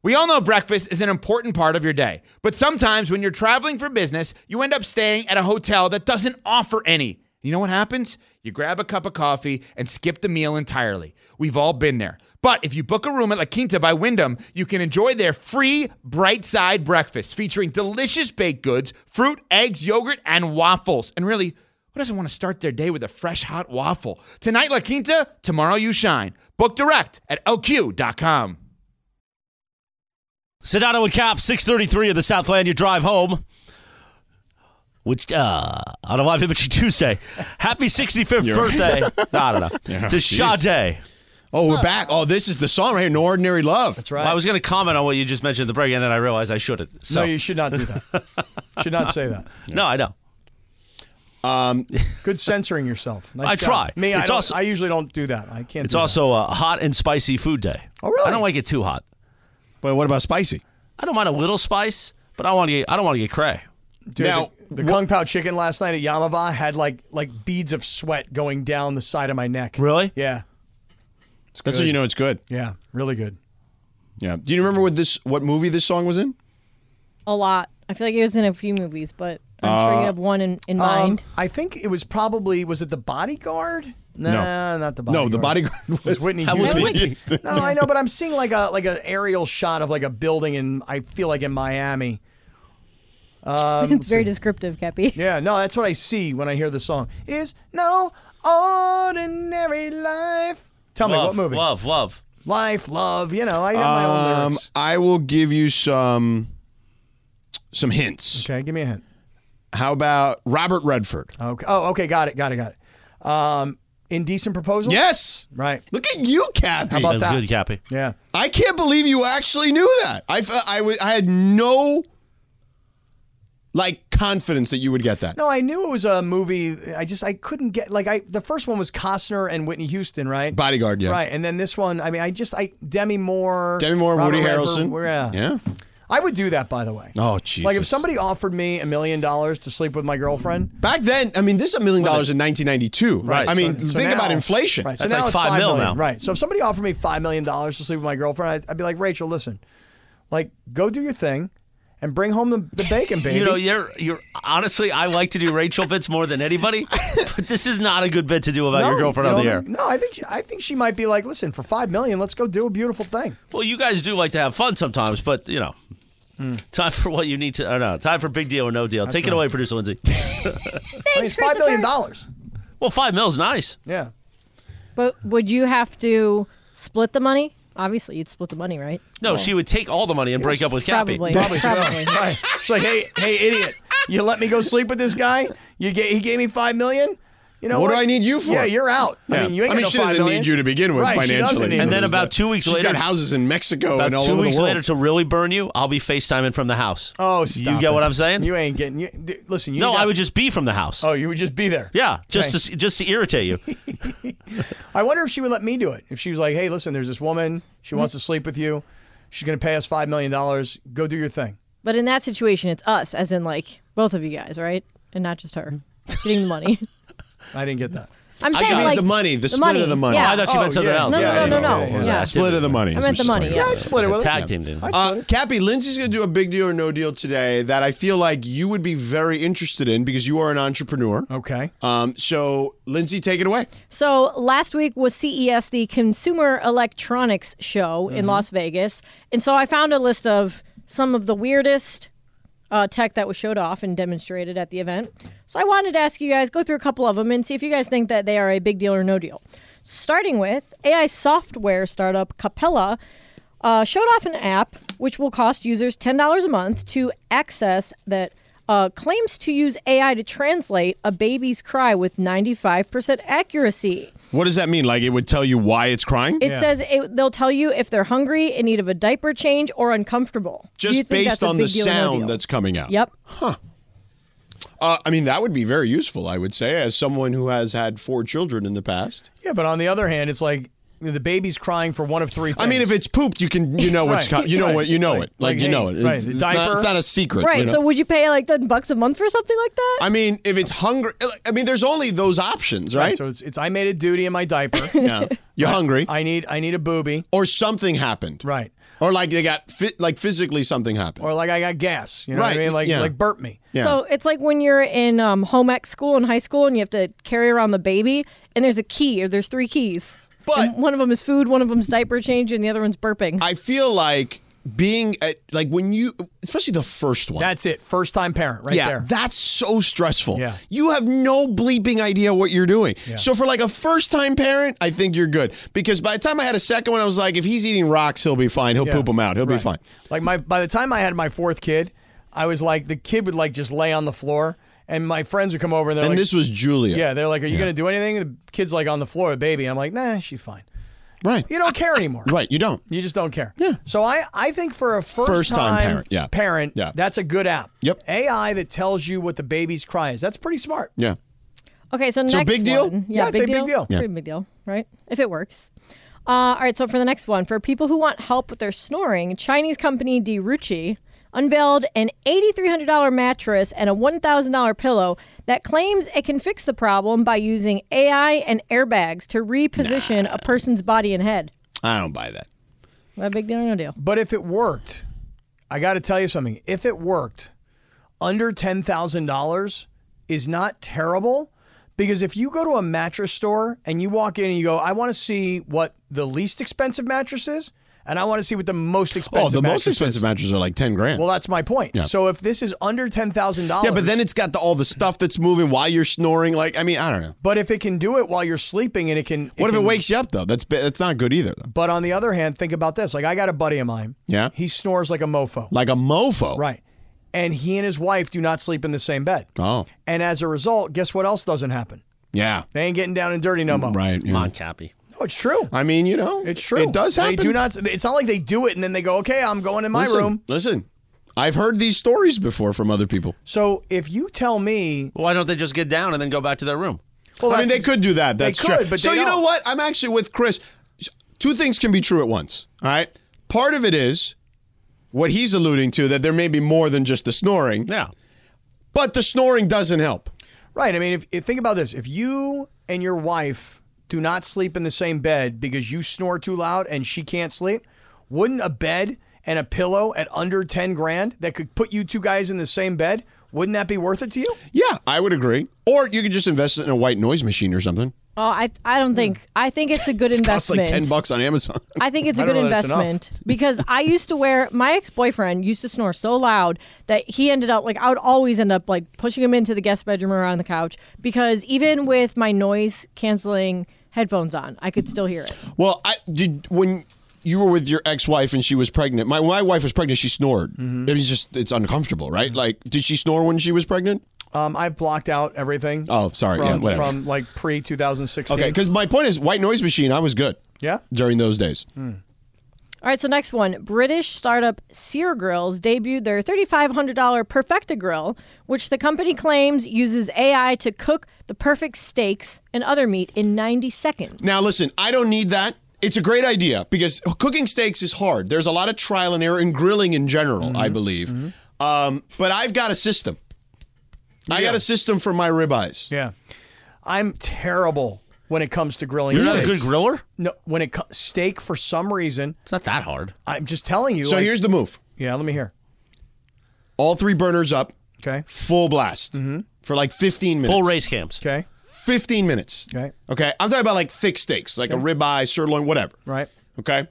S7: We all know breakfast is an important part of your day, but sometimes when you're traveling for business, you end up staying at a hotel that doesn't offer any. You know what happens? You grab a cup of coffee and skip the meal entirely. We've all been there. But if you book a room at La Quinta by Wyndham, you can enjoy their free bright side breakfast featuring delicious baked goods, fruit, eggs, yogurt, and waffles. And really, who doesn't want to start their day with a fresh hot waffle? Tonight, La Quinta, tomorrow, you shine. Book direct at lq.com.
S1: Sedano and Cap, 633 of the Southland. You drive home. Which, uh, on a live imagery Tuesday. Happy 65th birthday. I don't know. to Sade.
S3: Oh, we're back. Oh, this is the song right here, No Ordinary Love. That's
S1: Well, I was going to comment on what you just mentioned at the break, and then I realized I shouldn't. So,
S2: No, you should not do that. should not say that.
S1: no, I know.
S3: Um,
S2: Good censoring yourself. Nice
S1: I
S2: job.
S1: try.
S2: Me, I,
S1: It's
S2: don't-
S1: also-
S2: I usually don't do that. I can't.
S1: It's
S2: do that.
S1: also a hot and spicy food day.
S2: Oh, really?
S1: I don't like it too hot.
S3: But what about spicy?
S1: I don't mind a little spice, but I want to get, I don't want to get cray.
S2: Dude,
S3: Now,
S2: the, the kung pao chicken last night at Yamava had like like beads of sweat going down the side of my neck.
S1: Really?
S2: Yeah,
S3: That's when you know it's good.
S2: yeah, really good.
S3: Yeah. Do you remember what this what movie this song was in?
S4: A lot. I feel like it was in a few movies, but I'm sure
S3: Uh,
S4: you have one in, in
S3: um,
S4: mind.
S2: Um, I think it was probably was it the bodyguard? Nah,
S3: No.
S2: not the bodyguard.
S3: No, the bodyguard was,
S2: was Whitney
S1: was
S2: Houston.
S1: Whitney
S3: Houston.
S2: No, I know, but I'm seeing like a like an aerial shot of like a building, in I feel like in Miami.
S3: um,
S4: it's very descriptive, Kepi.
S2: Yeah, no, that's what I see when I hear the song. Is no ordinary life. Tell me
S1: love,
S2: what movie?
S1: Love, love.
S2: Life, love. You know, I have my own
S3: Um,
S2: lyrics.
S3: I will give you some some hints.
S2: Okay, give me a hint.
S3: How about Robert Redford?
S2: Okay. Oh, okay. Got it. Got it. Got it. Um, indecent proposal.
S3: Yes.
S2: Right.
S3: Look at you, Kathy.
S2: about-
S1: That's
S2: that.
S1: good, Cappy.
S2: Yeah.
S3: I can't believe you actually knew that. I, fe- I, w- I had no like confidence that you would get that.
S2: No, I knew it was a movie. I just I couldn't get like I the first one was Costner and Whitney Houston, right?
S3: Bodyguard, yeah.
S2: Right. And then this one, I mean, I just I Demi Moore,
S3: Demi Moore,
S2: Robert
S3: Woody
S2: Redford,
S3: Harrelson.
S2: yeah.
S3: Yeah.
S2: I would do that, by the way.
S3: Oh, Jesus.
S2: Like if somebody offered me a million dollars to sleep with my girlfriend,
S3: Back then, I mean, this is a million dollars in 1992.
S1: Right.
S3: I mean,
S2: So
S3: think
S2: now-
S3: about inflation.
S2: Right, so
S1: That's
S2: now
S1: like
S2: it's
S1: five
S2: five
S1: mil
S2: million,
S1: now.
S2: Right. So if somebody offered me five million dollars to sleep with my girlfriend, I'd, I'd be like, Rachel, listen, like go do your thing, and bring home the, the bacon, baby.
S1: You know, you're you're honestly, I like to do Rachel bits more than anybody, but this is not a good bit to do about your girlfriend
S2: you
S1: on the
S2: know,
S1: air.
S2: No, I think she, I think she might be like, listen, for five million, let's go do a beautiful thing.
S1: Well, you guys do like to have fun sometimes, but you know,
S2: Hmm.
S1: time for what you need to. Or no, time for big deal or no deal. Take it away, producer Lindsay.
S2: I mean, it's five million dollars.
S1: well, five mil's nice.
S2: Yeah.
S4: But would you have to split the money? Obviously, you'd split the money, right?
S1: No, she would take all the money and break up with Cappy.
S4: Probably.
S2: Probably. so.
S4: Probably.
S2: Right. She's like, hey, hey, idiot, you let me go sleep with this guy? You ga- he gave me five million. You know
S3: What
S2: what,
S3: do I need you for?
S2: Yeah, you're out. I mean, you ain't
S3: I mean
S2: got no
S3: she
S2: five
S3: doesn't
S2: million.
S3: need you to begin with
S2: Right, she doesn't
S3: financially.
S2: need
S1: And
S2: you.
S1: then about two weeks
S3: She's
S1: later-
S3: got houses in Mexico and all
S1: About two
S3: over
S1: weeks
S3: the world.
S1: later, to really burn you, I'll be FaceTiming from the house.
S2: Oh, stop
S1: You get
S2: it.
S1: what I'm saying?
S2: You ain't getting. You, dude, listen, you.
S1: no,
S2: got-
S1: I would just be from the house.
S2: Oh, you would just be there.
S1: yeah, just
S2: Okay.
S1: to just to irritate you.
S2: I wonder if she would let me do it. If she was like, "Hey, listen, there's this woman. She wants to sleep with you. She's gonna pay us five million dollars. Go do your thing."
S4: But in that situation, it's us, as in like both of you guys, right? And not just her
S3: Mm-hmm.
S4: getting the money.
S2: I didn't get that.
S4: I'm
S3: She
S4: saying
S3: means
S4: like
S3: the money, the, split of the money.
S4: Yeah.
S1: I thought you
S2: Oh,
S1: meant something
S2: yeah,
S1: else.
S4: no,
S2: yeah, yeah,
S4: no, no, no,
S2: yeah,
S4: no.
S2: yeah.
S4: Yeah.
S3: Split of the money. is
S4: I
S3: what
S4: meant the
S3: she's
S4: money.
S3: talking
S4: Yeah.
S3: about.
S2: I split it with her.
S1: Tag team, dude.
S3: Uh, Cappy, Lindsay's going to do a big deal or no deal today that I feel like you would be very interested in because you are an entrepreneur.
S2: Okay.
S3: Um, so, Lindsay, take it away.
S4: So last week was CES, the Consumer Electronics Show in Las Vegas, and so I found a list of some of the weirdest uh, tech that was showed off and demonstrated at the event. So I wanted to ask you guys go through a couple of them and see if you guys think that they are a big deal or no deal. Starting with AI software startup Capella uh, showed off an app which will cost users ten dollars a month to access that uh, claims to use AI to translate a baby's cry with ninety-five percent accuracy.
S3: What does that mean? Like, it would tell you why it's crying?
S4: It says it, they'll tell you if they're hungry, in need of a diaper change, or uncomfortable. Do you
S3: Just
S4: think that's
S3: based
S4: a
S3: on
S4: big
S3: the
S4: deal or no
S3: sound
S4: deal?
S3: that's coming out.
S4: Yep.
S3: Uh, I mean, that would be very useful, I would say, as someone who has had four children in the past.
S2: Yeah, but on the other hand, it's like the baby's crying for one of three. Things.
S3: I mean, if it's pooped, you can you know what's
S2: Right.
S3: co- you know
S2: Right.
S3: what you know
S2: Right.
S3: it like,
S2: Like,
S3: you
S2: hey,
S3: know it. It's,
S2: right,
S3: it's
S2: the
S3: not,
S2: diaper.
S3: it's not a secret.
S4: Right.
S3: you know?
S4: So would you pay like ten bucks a month for something like that?
S3: I mean, if it's hungry, I mean, there's only those options, right?
S2: So it's, it's I made a duty in my diaper.
S3: yeah, you're hungry,
S2: I need I need a booby.
S3: or something happened.
S2: Right.
S3: or like they got fi- like physically something happened.
S2: or like I got gas. You know what
S3: Right,
S2: I mean? Like
S3: yeah.
S2: like burnt me.
S3: yeah.
S4: So it's like when you're in um, home ec school in high school and you have to carry around the baby, and there's a key or there's three keys.
S3: But-
S4: And one of them is food, one of them's diaper change, and the other one's burping.
S3: I feel like being at, like when you, especially the first one.
S2: That's it. First time parent right
S3: yeah,
S2: there.
S3: that's so stressful.
S2: Yeah.
S3: You have no bleeping idea what you're doing. So for like a first time parent, I think you're good because by the time I had a second one, I was like, if he's eating rocks, he'll be fine. He'll
S2: Yeah.
S3: poop him out. He'll be
S2: Right.
S3: fine.
S2: Like my by the time I had my fourth kid, I was like the kid would like just lay on the floor and my friends would come over and they're
S3: And
S2: like
S3: this was Julia.
S2: Yeah, they're like, Are you gonna do anything? The kid's like on the floor, baby. I'm like, nah, she's fine.
S3: Right.
S2: You don't care anymore.
S3: Right. You don't.
S2: You just don't care. Yeah. So I, I think for a first,
S3: First-time
S2: time
S3: parent, yeah.
S2: parent,
S3: Yeah.
S2: that's a good app.
S3: Yep.
S2: AI that tells you what the baby's cry is. That's pretty smart.
S3: Yeah.
S4: Okay, so
S3: So
S4: next
S3: big deal?
S4: one.
S2: Yeah, I'd say big deal.
S3: Yeah.
S4: Pretty big deal, right? If it works. Uh, all right, so for the next one, for people who want help with their snoring, Chinese company Derucci unveiled an $8,300 mattress and a $1,000 pillow that claims it can fix the problem by using AI and airbags to reposition a person's body and head.
S3: I don't buy that.
S4: Not a big deal or no deal?
S2: But if it worked, I got to tell you something. If it worked, under $10,000 is not terrible because if you go to a mattress store and you walk in and you go, I want to see what the least expensive mattress is and I want to see what the most
S3: Oh,
S2: expensive
S3: the most
S2: mattress is."
S3: expensive mattresses are like 10 grand.
S2: Well, that's my point. So if this is under $10,000
S3: yeah, but then it's got the, all the stuff that's moving while you're snoring. Like, I mean, I don't know.
S2: But if it can do it while you're sleeping and it can
S3: What if
S2: can-
S3: it wakes you up though? That's ba- that's not good either though.
S2: But on the other hand, think about this. Like I got a buddy of mine.
S3: Yeah.
S2: He snores like a mofo.
S3: Like a mofo.
S2: Right. And he and his wife do not sleep in the same bed.
S3: Oh.
S2: And as a result, guess what else doesn't happen?
S3: Yeah.
S2: They ain't getting down and dirty no more.
S3: Right. yeah.
S1: Come on, Cappy.
S2: No, it's true.
S3: I mean, you know,
S2: It's true.
S3: It does happen.
S2: They do not. It's not like they do it and then they go, "Okay, I'm going in my
S3: listen,
S2: room."
S3: Listen, I've heard these stories before from other people.
S2: So if you tell me,
S1: Why don't they just get down and then go back to their room?
S2: well,
S3: I mean, they
S2: that's-
S3: could do that.
S2: They
S3: That's true.
S2: could, but
S3: so
S2: they
S3: you know
S2: don't.
S3: what? I'm actually with Chris. Two things can be true at once. All right. Part of it is what he's alluding to that there may be more than just the snoring,
S1: Yeah.
S3: but the snoring doesn't help.
S2: Right. I mean, if, if think about this, if you and your wife do not sleep in the same bed because you snore too loud and she can't sleep, wouldn't a bed and a pillow at under ten grand that could put you two guys in the same bed? Wouldn't that be worth it to you?
S3: Yeah, I would agree. Or you could just invest it in a white noise machine or something.
S4: Oh, I, I don't think. I think it's a good
S3: Costs like
S4: investment.
S3: ten bucks on Amazon.
S4: I think it's a
S2: I don't
S4: good
S2: know that it's enough.
S4: investment because I used to wear my ex boyfriend used to snore so loud that he ended up like I would always end up like pushing him into the guest bedroom or on the couch because even with my noise canceling headphones on, I could still hear it.
S3: Well, I did when you were with your ex-wife and she was pregnant. My my wife was pregnant. She snored.
S2: Mm-hmm.
S3: It was just it's uncomfortable, right? Like, did she snore when she was pregnant?
S2: Um, I've blocked out everything.
S3: Oh, sorry.
S2: From,
S3: yeah, whatever.
S2: from like pre 2016.
S3: okay, because my point is, white noise machine. I was good.
S2: Yeah. Mm.
S3: During those days.
S4: All right, so next one. British startup Sear Grills debuted their $3,500 Perfecta Grill, which the company claims uses AI to cook the perfect steaks and other meat in 90 seconds.
S3: Now listen, I don't need that. It's a great idea because cooking steaks is hard. There's a lot of trial and error in grilling in general,
S2: Mm-hmm.
S3: I believe. Um, but I've got a system. I got a system for my ribeyes.
S2: Yeah. I'm terrible when it comes to grilling.
S1: You're not a
S2: steaks.
S1: good griller?
S2: No, when it co- steak for some reason,
S1: It's not that hard.
S2: I'm just telling you.
S3: So
S2: like-
S3: here's the move:
S2: yeah. Let me hear.
S3: all three burners up,
S2: Okay.
S3: full blast
S2: Mm-hmm.
S3: for like 15 minutes.
S1: Full race camps.
S2: Okay.
S3: 15 minutes.
S2: Okay.
S3: Okay. I'm talking about like thick steaks, like a ribeye, sirloin, whatever.
S2: Right.
S3: Okay.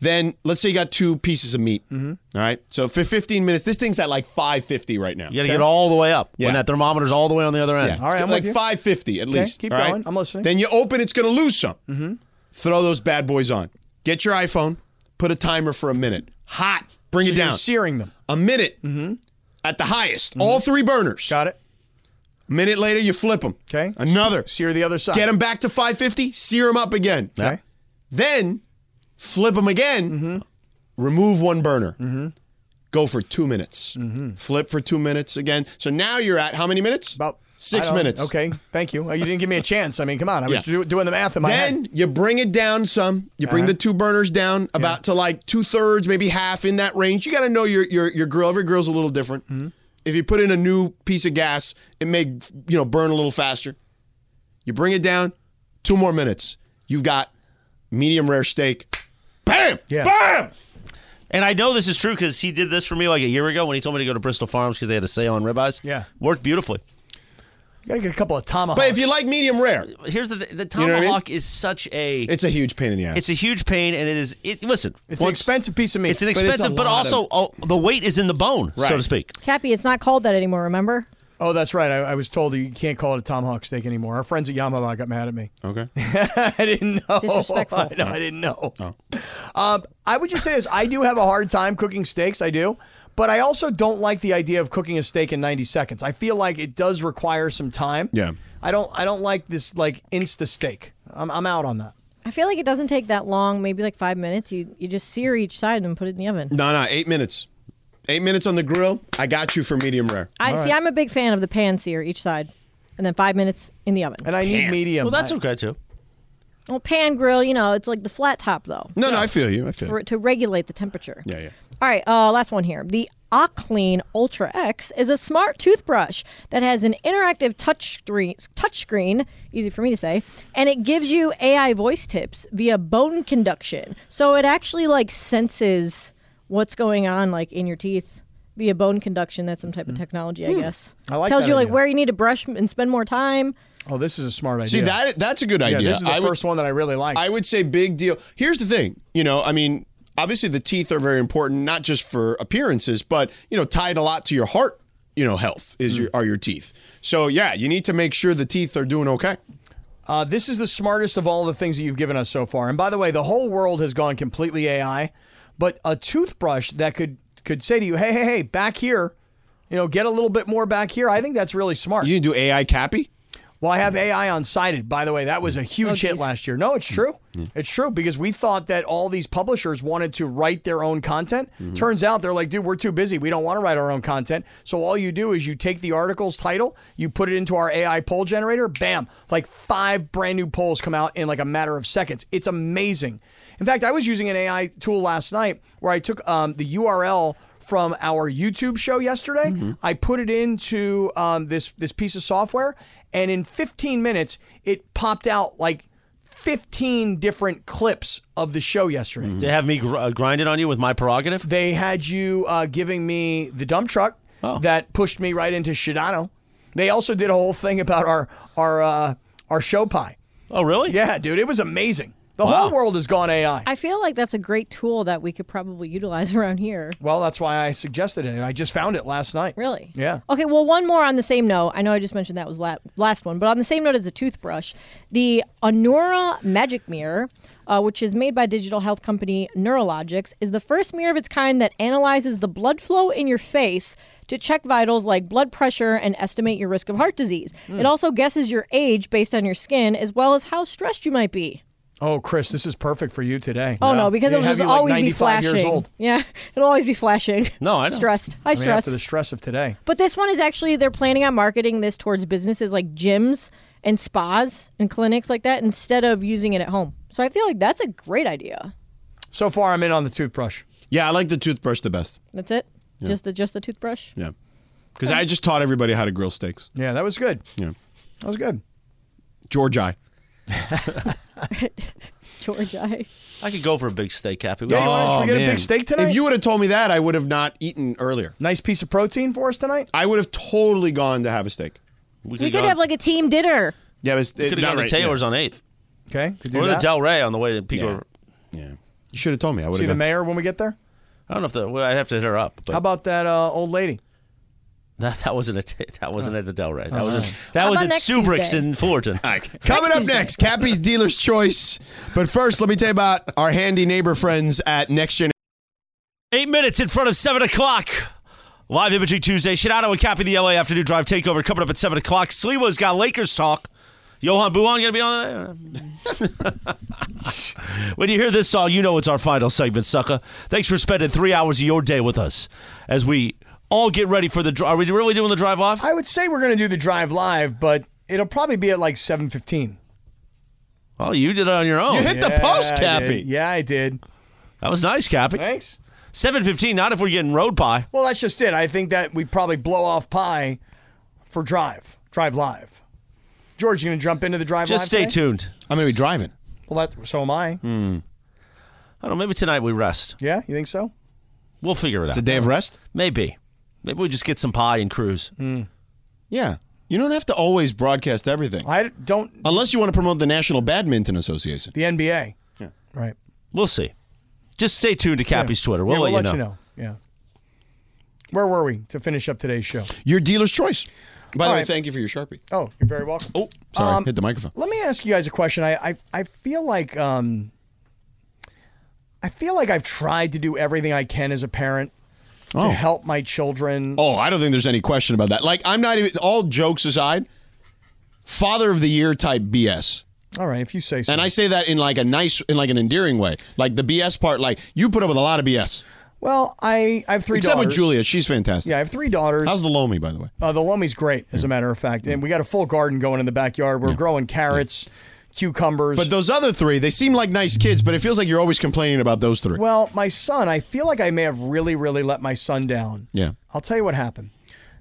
S3: Then let's say you got two pieces of meat.
S2: Mm-hmm.
S3: All right. So for 15 minutes, this thing's at like 550 right now.
S1: You got to get all the way up
S3: Yeah.
S1: when that thermometer's all the way on the other end.
S3: Yeah,
S2: All
S3: it's
S2: right, I'm
S3: like
S2: with you.
S3: 550 at least.
S2: keep
S3: all right?
S2: going. I'm listening. Mm-hmm.
S3: Then you open, it's going to lose some. Throw those bad boys on. Get your iPhone, put a timer for a minute. Hot. Bring
S2: So Mm-hmm.
S3: it
S2: you're
S3: down.
S2: searing them.
S3: a minute at the highest.
S2: Mm-hmm.
S3: All three burners.
S2: Got it.
S3: A minute later, you flip them.
S2: Okay.
S3: Another.
S2: Sear the other side.
S3: Get them back to 550, sear them up again.
S2: Okay.
S3: Then flip them again,
S2: Mm-hmm.
S3: remove one burner, go for two minutes,
S2: Mm-hmm.
S3: flip for two minutes again. So now you're at how many minutes?
S2: About
S3: six
S2: I don't-
S3: minutes.
S2: Okay. Thank you. You didn't give me a chance. I mean, come on. I was
S3: Yeah.
S2: do- doing the math in my
S3: Then
S2: head.
S3: you bring it down some. You bring
S2: Uh-huh.
S3: the two burners down about to like two thirds, maybe half in that range. You got to know your your your grill. Every grill's a little different.
S2: Mm-hmm.
S3: If you put in a new piece of gas, it may you know burn a little faster. You bring it down, two more minutes. You've got medium rare steak, Bam!
S2: Yeah.
S3: Bam!
S1: And I know this is true because he did this for me like a year ago when he told me to go to Bristol Farms because they had a sale on ribeyes.
S2: Yeah.
S1: worked beautifully.
S2: You gotta get a couple of tomahawks.
S3: But if you like medium rare,
S1: Here's the th- the
S3: You know
S1: tomahawk
S3: what I mean?
S1: is such a it's,
S3: it's a huge pain in the ass.
S1: a huge pain and it is it. Listen,
S2: it's an
S1: once-
S2: expensive piece of meat.
S1: It's an
S2: a
S1: expensive, but,
S2: lot of-
S1: also oh, the weight is in the bone, so to speak.
S4: Cappy, it's not called that anymore, remember?
S2: oh, that's right. I, I was told that you can't call it a tomahawk steak anymore. Our friends at Yamama got mad at me.
S3: okay.
S2: I didn't know.
S4: Disrespectful.
S2: I, know, I didn't know.
S3: Oh.
S2: Um, I would just say this: I do have a hard time cooking steaks. I do, but I also don't like the idea of cooking a steak in ninety seconds. I feel like it does require some time.
S3: Yeah.
S2: I don't. I don't like this like insta steak. I'm, I'm out on that.
S4: I feel like it doesn't take that long, maybe like five minutes. You you just sear each side and put it in the oven.
S3: No, no, eight minutes. Eight minutes on the grill. I got you for medium rare.
S4: I see. I'm a big fan of the pan sear each side, and then five minutes in the oven.
S2: And I need medium.
S1: Well, that's
S2: I-
S1: okay too.
S4: Well, pan grill, you know, it's like the flat top though,
S3: No, no, I feel you. I feel
S4: for
S3: you.
S4: it to regulate the temperature.
S3: Yeah, yeah.
S4: All right, uh, last one here. The Oclean Ultra X is a smart toothbrush that has an interactive touch screen, touch screen, easy for me to say, and it gives you AI voice tips via bone conduction. So it actually like senses what's going on like in your teeth via bone conduction. That's some type of technology, I guess.
S2: Hmm. I like
S4: Tells
S2: that
S4: you like
S2: idea.
S4: where you need to brush and spend more time.
S2: Oh, this is a smart idea.
S3: See that that's a good
S2: Yeah,
S3: idea.
S2: this is the
S3: I would,
S2: first one that I really like.
S3: I would say big deal. Here's the thing. You know, I mean, obviously the teeth are very important, not just for appearances, but you know, tied a lot to your heart. You know, health is
S2: Mm.
S3: your are your teeth. So yeah, you need to make sure the teeth are doing okay.
S2: Uh, this is the smartest of all the things that you've given us so far. And by the way, the whole world has gone completely AI, but a toothbrush that could could say to you, "Hey, hey, hey, back here." You know, get a little bit more back here. I think that's really smart.
S3: You can do AI cappy.
S2: well, I have AI on sided. By the way, that was a huge hit
S4: geez.
S2: last year. No, it's true. It's true because we thought that all these publishers wanted to write their own content. Turns out they're like, dude, we're too busy. We don't want to write our own content. So all you do is you take the article's title, you put it into our AI poll generator, bam, like five brand new polls come out in like a matter of seconds. It's amazing. In fact, I was using an AI tool last night where I took um, the URL from our YouTube show yesterday. I put it into um, this this piece of software, and in 15 minutes, it popped out like 15 different clips of the show yesterday.
S1: They have me gr- uh, grinded on you with my prerogative.
S2: They had you uh, giving me the dump truck that pushed me right into Shidano. They also did a whole thing about our our uh, our show pie.
S1: Oh, really?
S2: Yeah, dude, it was amazing. The
S1: Wow.
S2: whole world has gone AI.
S4: I feel like that's a great tool that we could probably utilize around here.
S2: well, that's why I suggested it. I just found it last night.
S4: Really? Oh.
S2: Yeah.
S4: Okay, well, one more on the same note. I know I just mentioned that was la- last one, but on the same note as the toothbrush, the Anura Magic Mirror, uh, which is made by digital health company Neurologics, is the first mirror of its kind that analyzes the blood flow in your face to check vitals like blood pressure and estimate your risk of heart disease.
S2: Hmm.
S4: It also guesses your age based on your skin as well as how stressed you might be.
S2: Oh, Chris, this is perfect for you today.
S4: Oh no, because
S2: They'd
S4: it'll
S2: have
S4: just
S2: you, like,
S4: always be
S2: 95
S4: flashing.
S2: Years old.
S4: Yeah, it'll always be flashing.
S1: No, I know.
S4: stressed. I,
S2: I mean,
S4: stress.
S2: after the stress of today.
S4: But this one is actually they're planning on marketing this towards businesses like gyms and spas and clinics like that instead of using it at home. So I feel like that's a great idea.
S2: So far, I'm in on the toothbrush.
S3: Yeah, I like the toothbrush the best.
S4: That's it. Just the just the toothbrush.
S3: Yeah. Because I just taught everybody how to grill steaks.
S2: Yeah, that was good.
S3: Yeah.
S2: That was good.
S3: George I.
S4: George, I
S1: I could go for a big steak, Cappy.
S2: you wanna- should we get a big steak tonight?
S3: Oh, If you would have told me that, I would have not eaten earlier.
S2: Nice piece of protein for us tonight.
S3: I would have totally gone to have a steak.
S4: we could have like a team dinner.
S3: Yeah, it's
S1: could have gone to Taylor's on Eighth
S2: Okay, could do
S1: or the
S2: that.
S1: Del Rey on the way to Pico.
S3: Yeah. Yeah. You should have told me. I would
S2: See
S3: have.
S2: the
S3: gone.
S2: mayor when we get there.
S1: I don't know if the well, I'd have to hit her up, but
S2: How about that uh, old lady?
S1: that, that wasn't at that wasn't at the Del Rey.
S2: Oh,
S1: That was at, that
S4: How
S1: was
S4: about
S1: at
S4: next
S1: Stubricks
S4: Tuesday?
S1: in Fullerton.
S3: Coming up next, Cappy's Dealer's Choice. But first, let me tell you about our handy neighbor friends at Next Gen.
S1: Eight minutes in front of seven o'clock. Live imagery Tuesday. Shinato and Cappy the LA afternoon drive takeover coming up at seven o'clock. Sliwa's got Lakers talk. Johan Buon gonna be on. when you hear this song, you know it's our final segment, sucker. Thanks for spending three hours of your day with us as we all get ready for the drive. Are we really doing the drive off?
S2: I would say we're going to do the drive live, but it'll probably be at like 7:15.
S1: Well, you did it on your own.
S3: You hit the post,
S2: I
S3: Cappy.
S2: did. Yeah, I did.
S1: That was nice, Cappy.
S2: Thanks.
S1: Seven fifteen. Not if we're getting road pie.
S2: Well, that's just it. I think that we probably blow off pie for drive, drive live. George, you going to jump into the drive?
S1: Just
S2: live
S1: stay
S2: today?
S1: tuned.
S3: I'm going to be driving.
S2: Well, that so am I.
S1: I don't know. Maybe tonight we rest.
S2: Yeah, you think so?
S1: We'll figure it out.
S3: It's a day of rest?
S1: Maybe. Maybe we just get some pie and cruise.
S3: Yeah. You don't have to always broadcast everything.
S2: I don't.
S3: Unless you want to promote the National Badminton Association.
S2: The NBA. Yeah. Right.
S1: We'll see. Just stay tuned to Cappy's Twitter. We'll,
S2: yeah,
S1: let,
S2: we'll
S1: you, know.
S2: Yeah. Where were we to finish up today's show?
S3: Your dealer's choice. By the
S2: All
S3: way,
S2: right.
S3: thank you for your Sharpie.
S2: Oh, you're very welcome.
S3: Oh, sorry.
S2: Um,
S3: hit the microphone.
S2: Let me ask you guys a question. I I, I feel like um, I feel like I've tried to do everything I can as a parent to
S3: Oh.
S2: help my children.
S3: Oh, I don't think there's any question about that. Like, I'm not even, all jokes aside, father of the year type BS.
S2: All right, if you say so.
S3: And I say that in like a nice, in like an endearing way. Like the BS part, like you put up with a lot of BS.
S2: well, I I have three
S3: Except
S2: daughters.
S3: with Julia, she's fantastic.
S2: Yeah, I have three daughters.
S3: How's the Lomi, by the way?
S2: Uh, the Lomi's great, as a matter of fact, and we got a full garden going in the backyard. We're growing carrots, cucumbers.
S3: But those other three, they seem like nice kids, but it feels like you're always complaining about those three.
S2: well, my son, I feel like I may have really, really let my son down.
S3: yeah.
S2: I'll tell you what happened.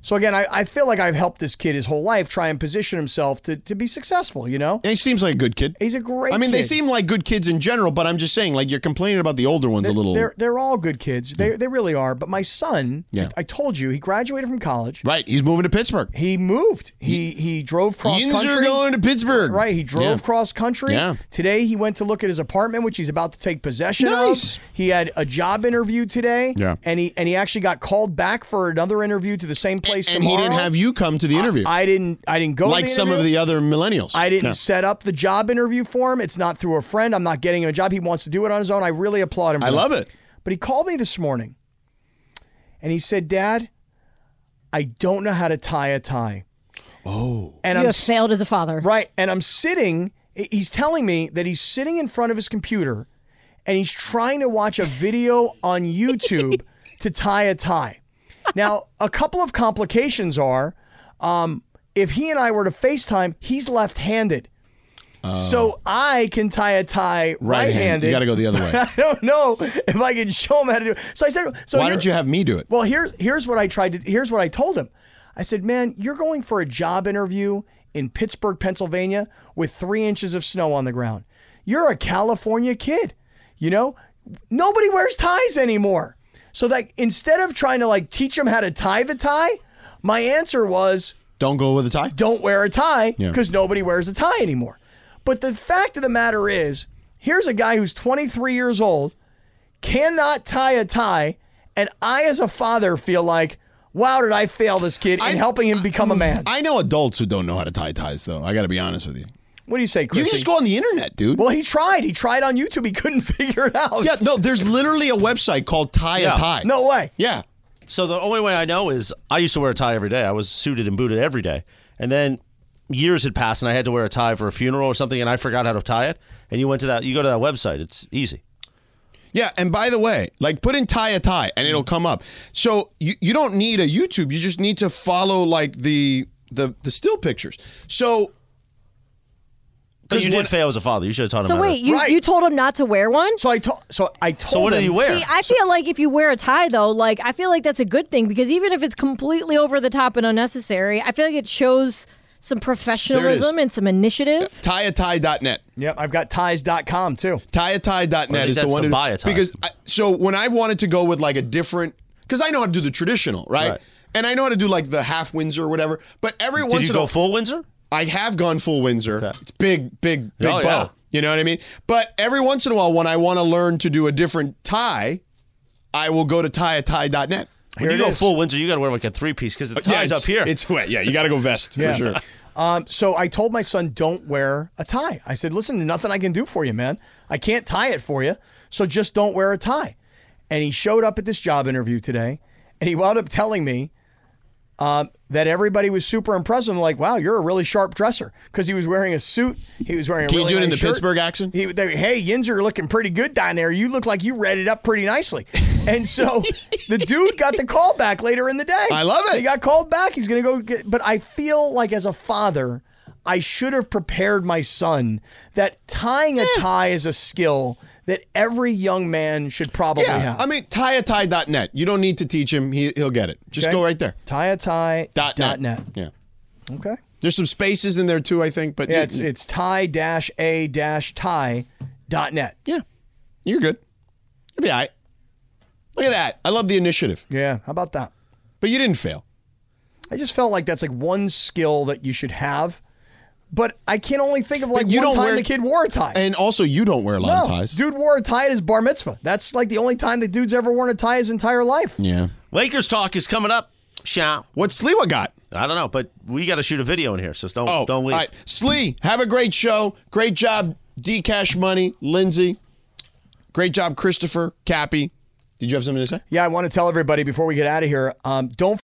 S2: So again, I, I feel like I've helped this kid his whole life try and position himself to, to be successful. You know,
S3: Yeah, he seems like a good kid.
S2: He's a great
S3: I mean, they
S2: kid.
S3: seem like good kids in general, but I'm just saying, like, you're complaining about the older ones a little.
S2: They're they're all good kids. They they really are. But my son,
S3: Yeah.
S2: I, I told you, he graduated from college.
S3: right. He's moving to Pittsburgh.
S2: He moved. He he drove cross
S3: Yins are
S2: country.
S3: going to Pittsburgh.
S2: Right, he drove
S3: Yeah.
S2: cross country.
S3: Yeah.
S2: Today he went to look at his apartment, which he's about to take possession
S3: Nice.
S2: of. He had a job interview today.
S3: Yeah.
S2: And he and he actually got called back for another interview to the same place
S3: And he
S2: tomorrow.
S3: didn't have you come to the interview,
S2: I didn't I didn't go to
S3: like
S2: the
S3: some of
S2: interview.
S3: the other millennials.
S2: I didn't set up the job interview for him. It's not through a friend. I'm not getting him a job. He wants to do it on his own. I really applaud him. For
S3: I
S2: that.
S3: love it.
S2: But he called me this morning and he said, Dad, I don't know how to tie a tie. Oh. And
S4: You
S2: I'm
S4: have failed as a father.
S2: right. And I'm sitting, he's telling me that he's sitting in front of his computer and he's trying to watch a video on YouTube to tie a tie. Now, a couple of complications are um, if he and I were to FaceTime, he's left handed. so I can tie a tie
S3: Right hand.
S2: handed.
S3: Oh. You got to go the other way.
S2: I don't know if I can show him how to do it. So I said, so
S3: Why
S2: here-
S3: don't you have me do it?
S2: Well, here's here's what I tried to. Here's what I told him. I said, man, you're going for a job interview in Pittsburgh, Pennsylvania, with three inches of snow on the ground. You're a California kid. You know, nobody wears ties anymore. So that instead of trying to like teach him how to tie the tie, my answer was
S3: Don't go with a tie.
S2: don't wear a tie
S3: Yeah.
S2: because nobody wears a tie anymore. But the fact of the matter is, here's a guy who's 23 years old, cannot tie a tie, and I, as a father, feel like, wow, did I fail this kid in
S3: I-
S2: helping him become a man?
S3: I know adults who don't know how to tie ties, though. I got to be honest with you.
S2: what do you say,
S3: You
S2: Chris?
S3: can just go on the internet, dude.
S2: well, he tried. He tried on YouTube. He couldn't figure it out.
S3: yeah, no, there's literally a website called Tie
S1: Yeah.
S3: a Tie.
S2: No way.
S3: Yeah.
S1: So the only way I know is I used to wear a tie every day. I was suited and booted every day. And then years had passed and I had to wear a tie for a funeral or something and I forgot how to tie it. And you went to that you go to that website. It's easy.
S3: Yeah, and by the way, like put in tie a tie and it'll come up. So you, you don't need a YouTube, you just need to follow like the the the still pictures. So
S1: Because you
S3: when-
S1: did fail as a father. You should have taught him
S4: So
S1: how
S4: wait,
S1: to.
S4: you,
S2: Right.
S4: you told him not to wear one?
S2: So I told. So I told.
S1: So what did
S2: him-
S1: he wear?
S4: See, I feel like if you wear a tie though, like I feel like that's a good thing because even if it's completely over the top and unnecessary, I feel like it shows some professionalism and some initiative.
S3: tieatie.net.
S2: Yep, I've got ties.com too.
S3: Tieatie.net
S1: think
S3: is the
S1: that's
S3: one
S1: the
S3: who-
S1: buy a tie.
S3: because I, so when I wanted to go with like a different cuz I know how to do the traditional, right?
S1: Right.
S3: And I know how to do like the half Windsor or whatever, but every
S1: Did
S3: once
S1: you
S3: in a
S1: go full Windsor?
S3: I have gone full Windsor. It's big, big, big
S1: Oh,
S3: bow.
S1: yeah.
S3: You know what I mean? But every once in a while, when I want to learn to do a different tie, I will go to tieatie.net.
S1: When
S2: Here
S1: you
S2: it
S1: go
S2: is.
S1: full Windsor, you got to wear like a three piece because the tie's
S3: Uh,
S1: up
S3: it's
S1: here.
S3: It's wet. Yeah, you got to go vest
S2: Yeah.
S3: for sure.
S2: Um, so I told my son, don't wear a tie. I said, listen, nothing I can do for you, man. I can't tie it for you. So just don't wear a tie. And he showed up at this job interview today and he wound up telling me um, that everybody was super impressed. I'm like, wow, you're a really sharp dresser because he was wearing a suit. He was wearing a
S3: Can you
S2: really
S3: do it in
S2: nice
S3: the
S2: shirt.
S3: Pittsburgh accent?
S2: He, they, hey, Yinzer, you're looking pretty good down there. You look like you read it up pretty nicely. And so the dude got the call back later in the day.
S3: I love it.
S2: He got called back. He's going to go get, but I feel like as a father, I should have prepared my son that tying a tie is a skill that every young man should probably
S3: Yeah.
S2: have.
S3: I mean, tieatie.net. You don't need to teach him. He, he'll get it. Just
S2: Okay?
S3: go right there.
S2: Tie a tie.
S3: Dot net.
S2: net.
S3: Yeah.
S2: Okay.
S3: There's some spaces in there too, I think. But
S2: Yeah, it's, it's tie dash a dash tie dot net.
S3: yeah. You're good. It'll be all right. Look at that. I love the initiative.
S2: Yeah. How about that?
S3: But you didn't fail.
S2: I just felt like that's like one skill that you should have. But I can only think of like
S3: you
S2: one
S3: don't
S2: time
S3: wear-
S2: the kid wore a tie.
S3: And also, you don't wear a lot
S2: no,
S3: of ties.
S2: dude wore a tie at his bar mitzvah. That's like the only time the dude's ever worn a tie his entire life.
S3: Yeah.
S1: Lakers talk is coming up. Shout.
S3: What's Sliwa got?
S1: I don't know, but we got to shoot a video in here, so don't
S3: Oh,
S1: don't leave.
S3: All right. Slee, have a great show. Great job, D Cash Money, Lindsay. Great job, Christopher, Cappy. Did you have something to say?
S2: Yeah, I want to tell everybody before we get out of here. Um, don't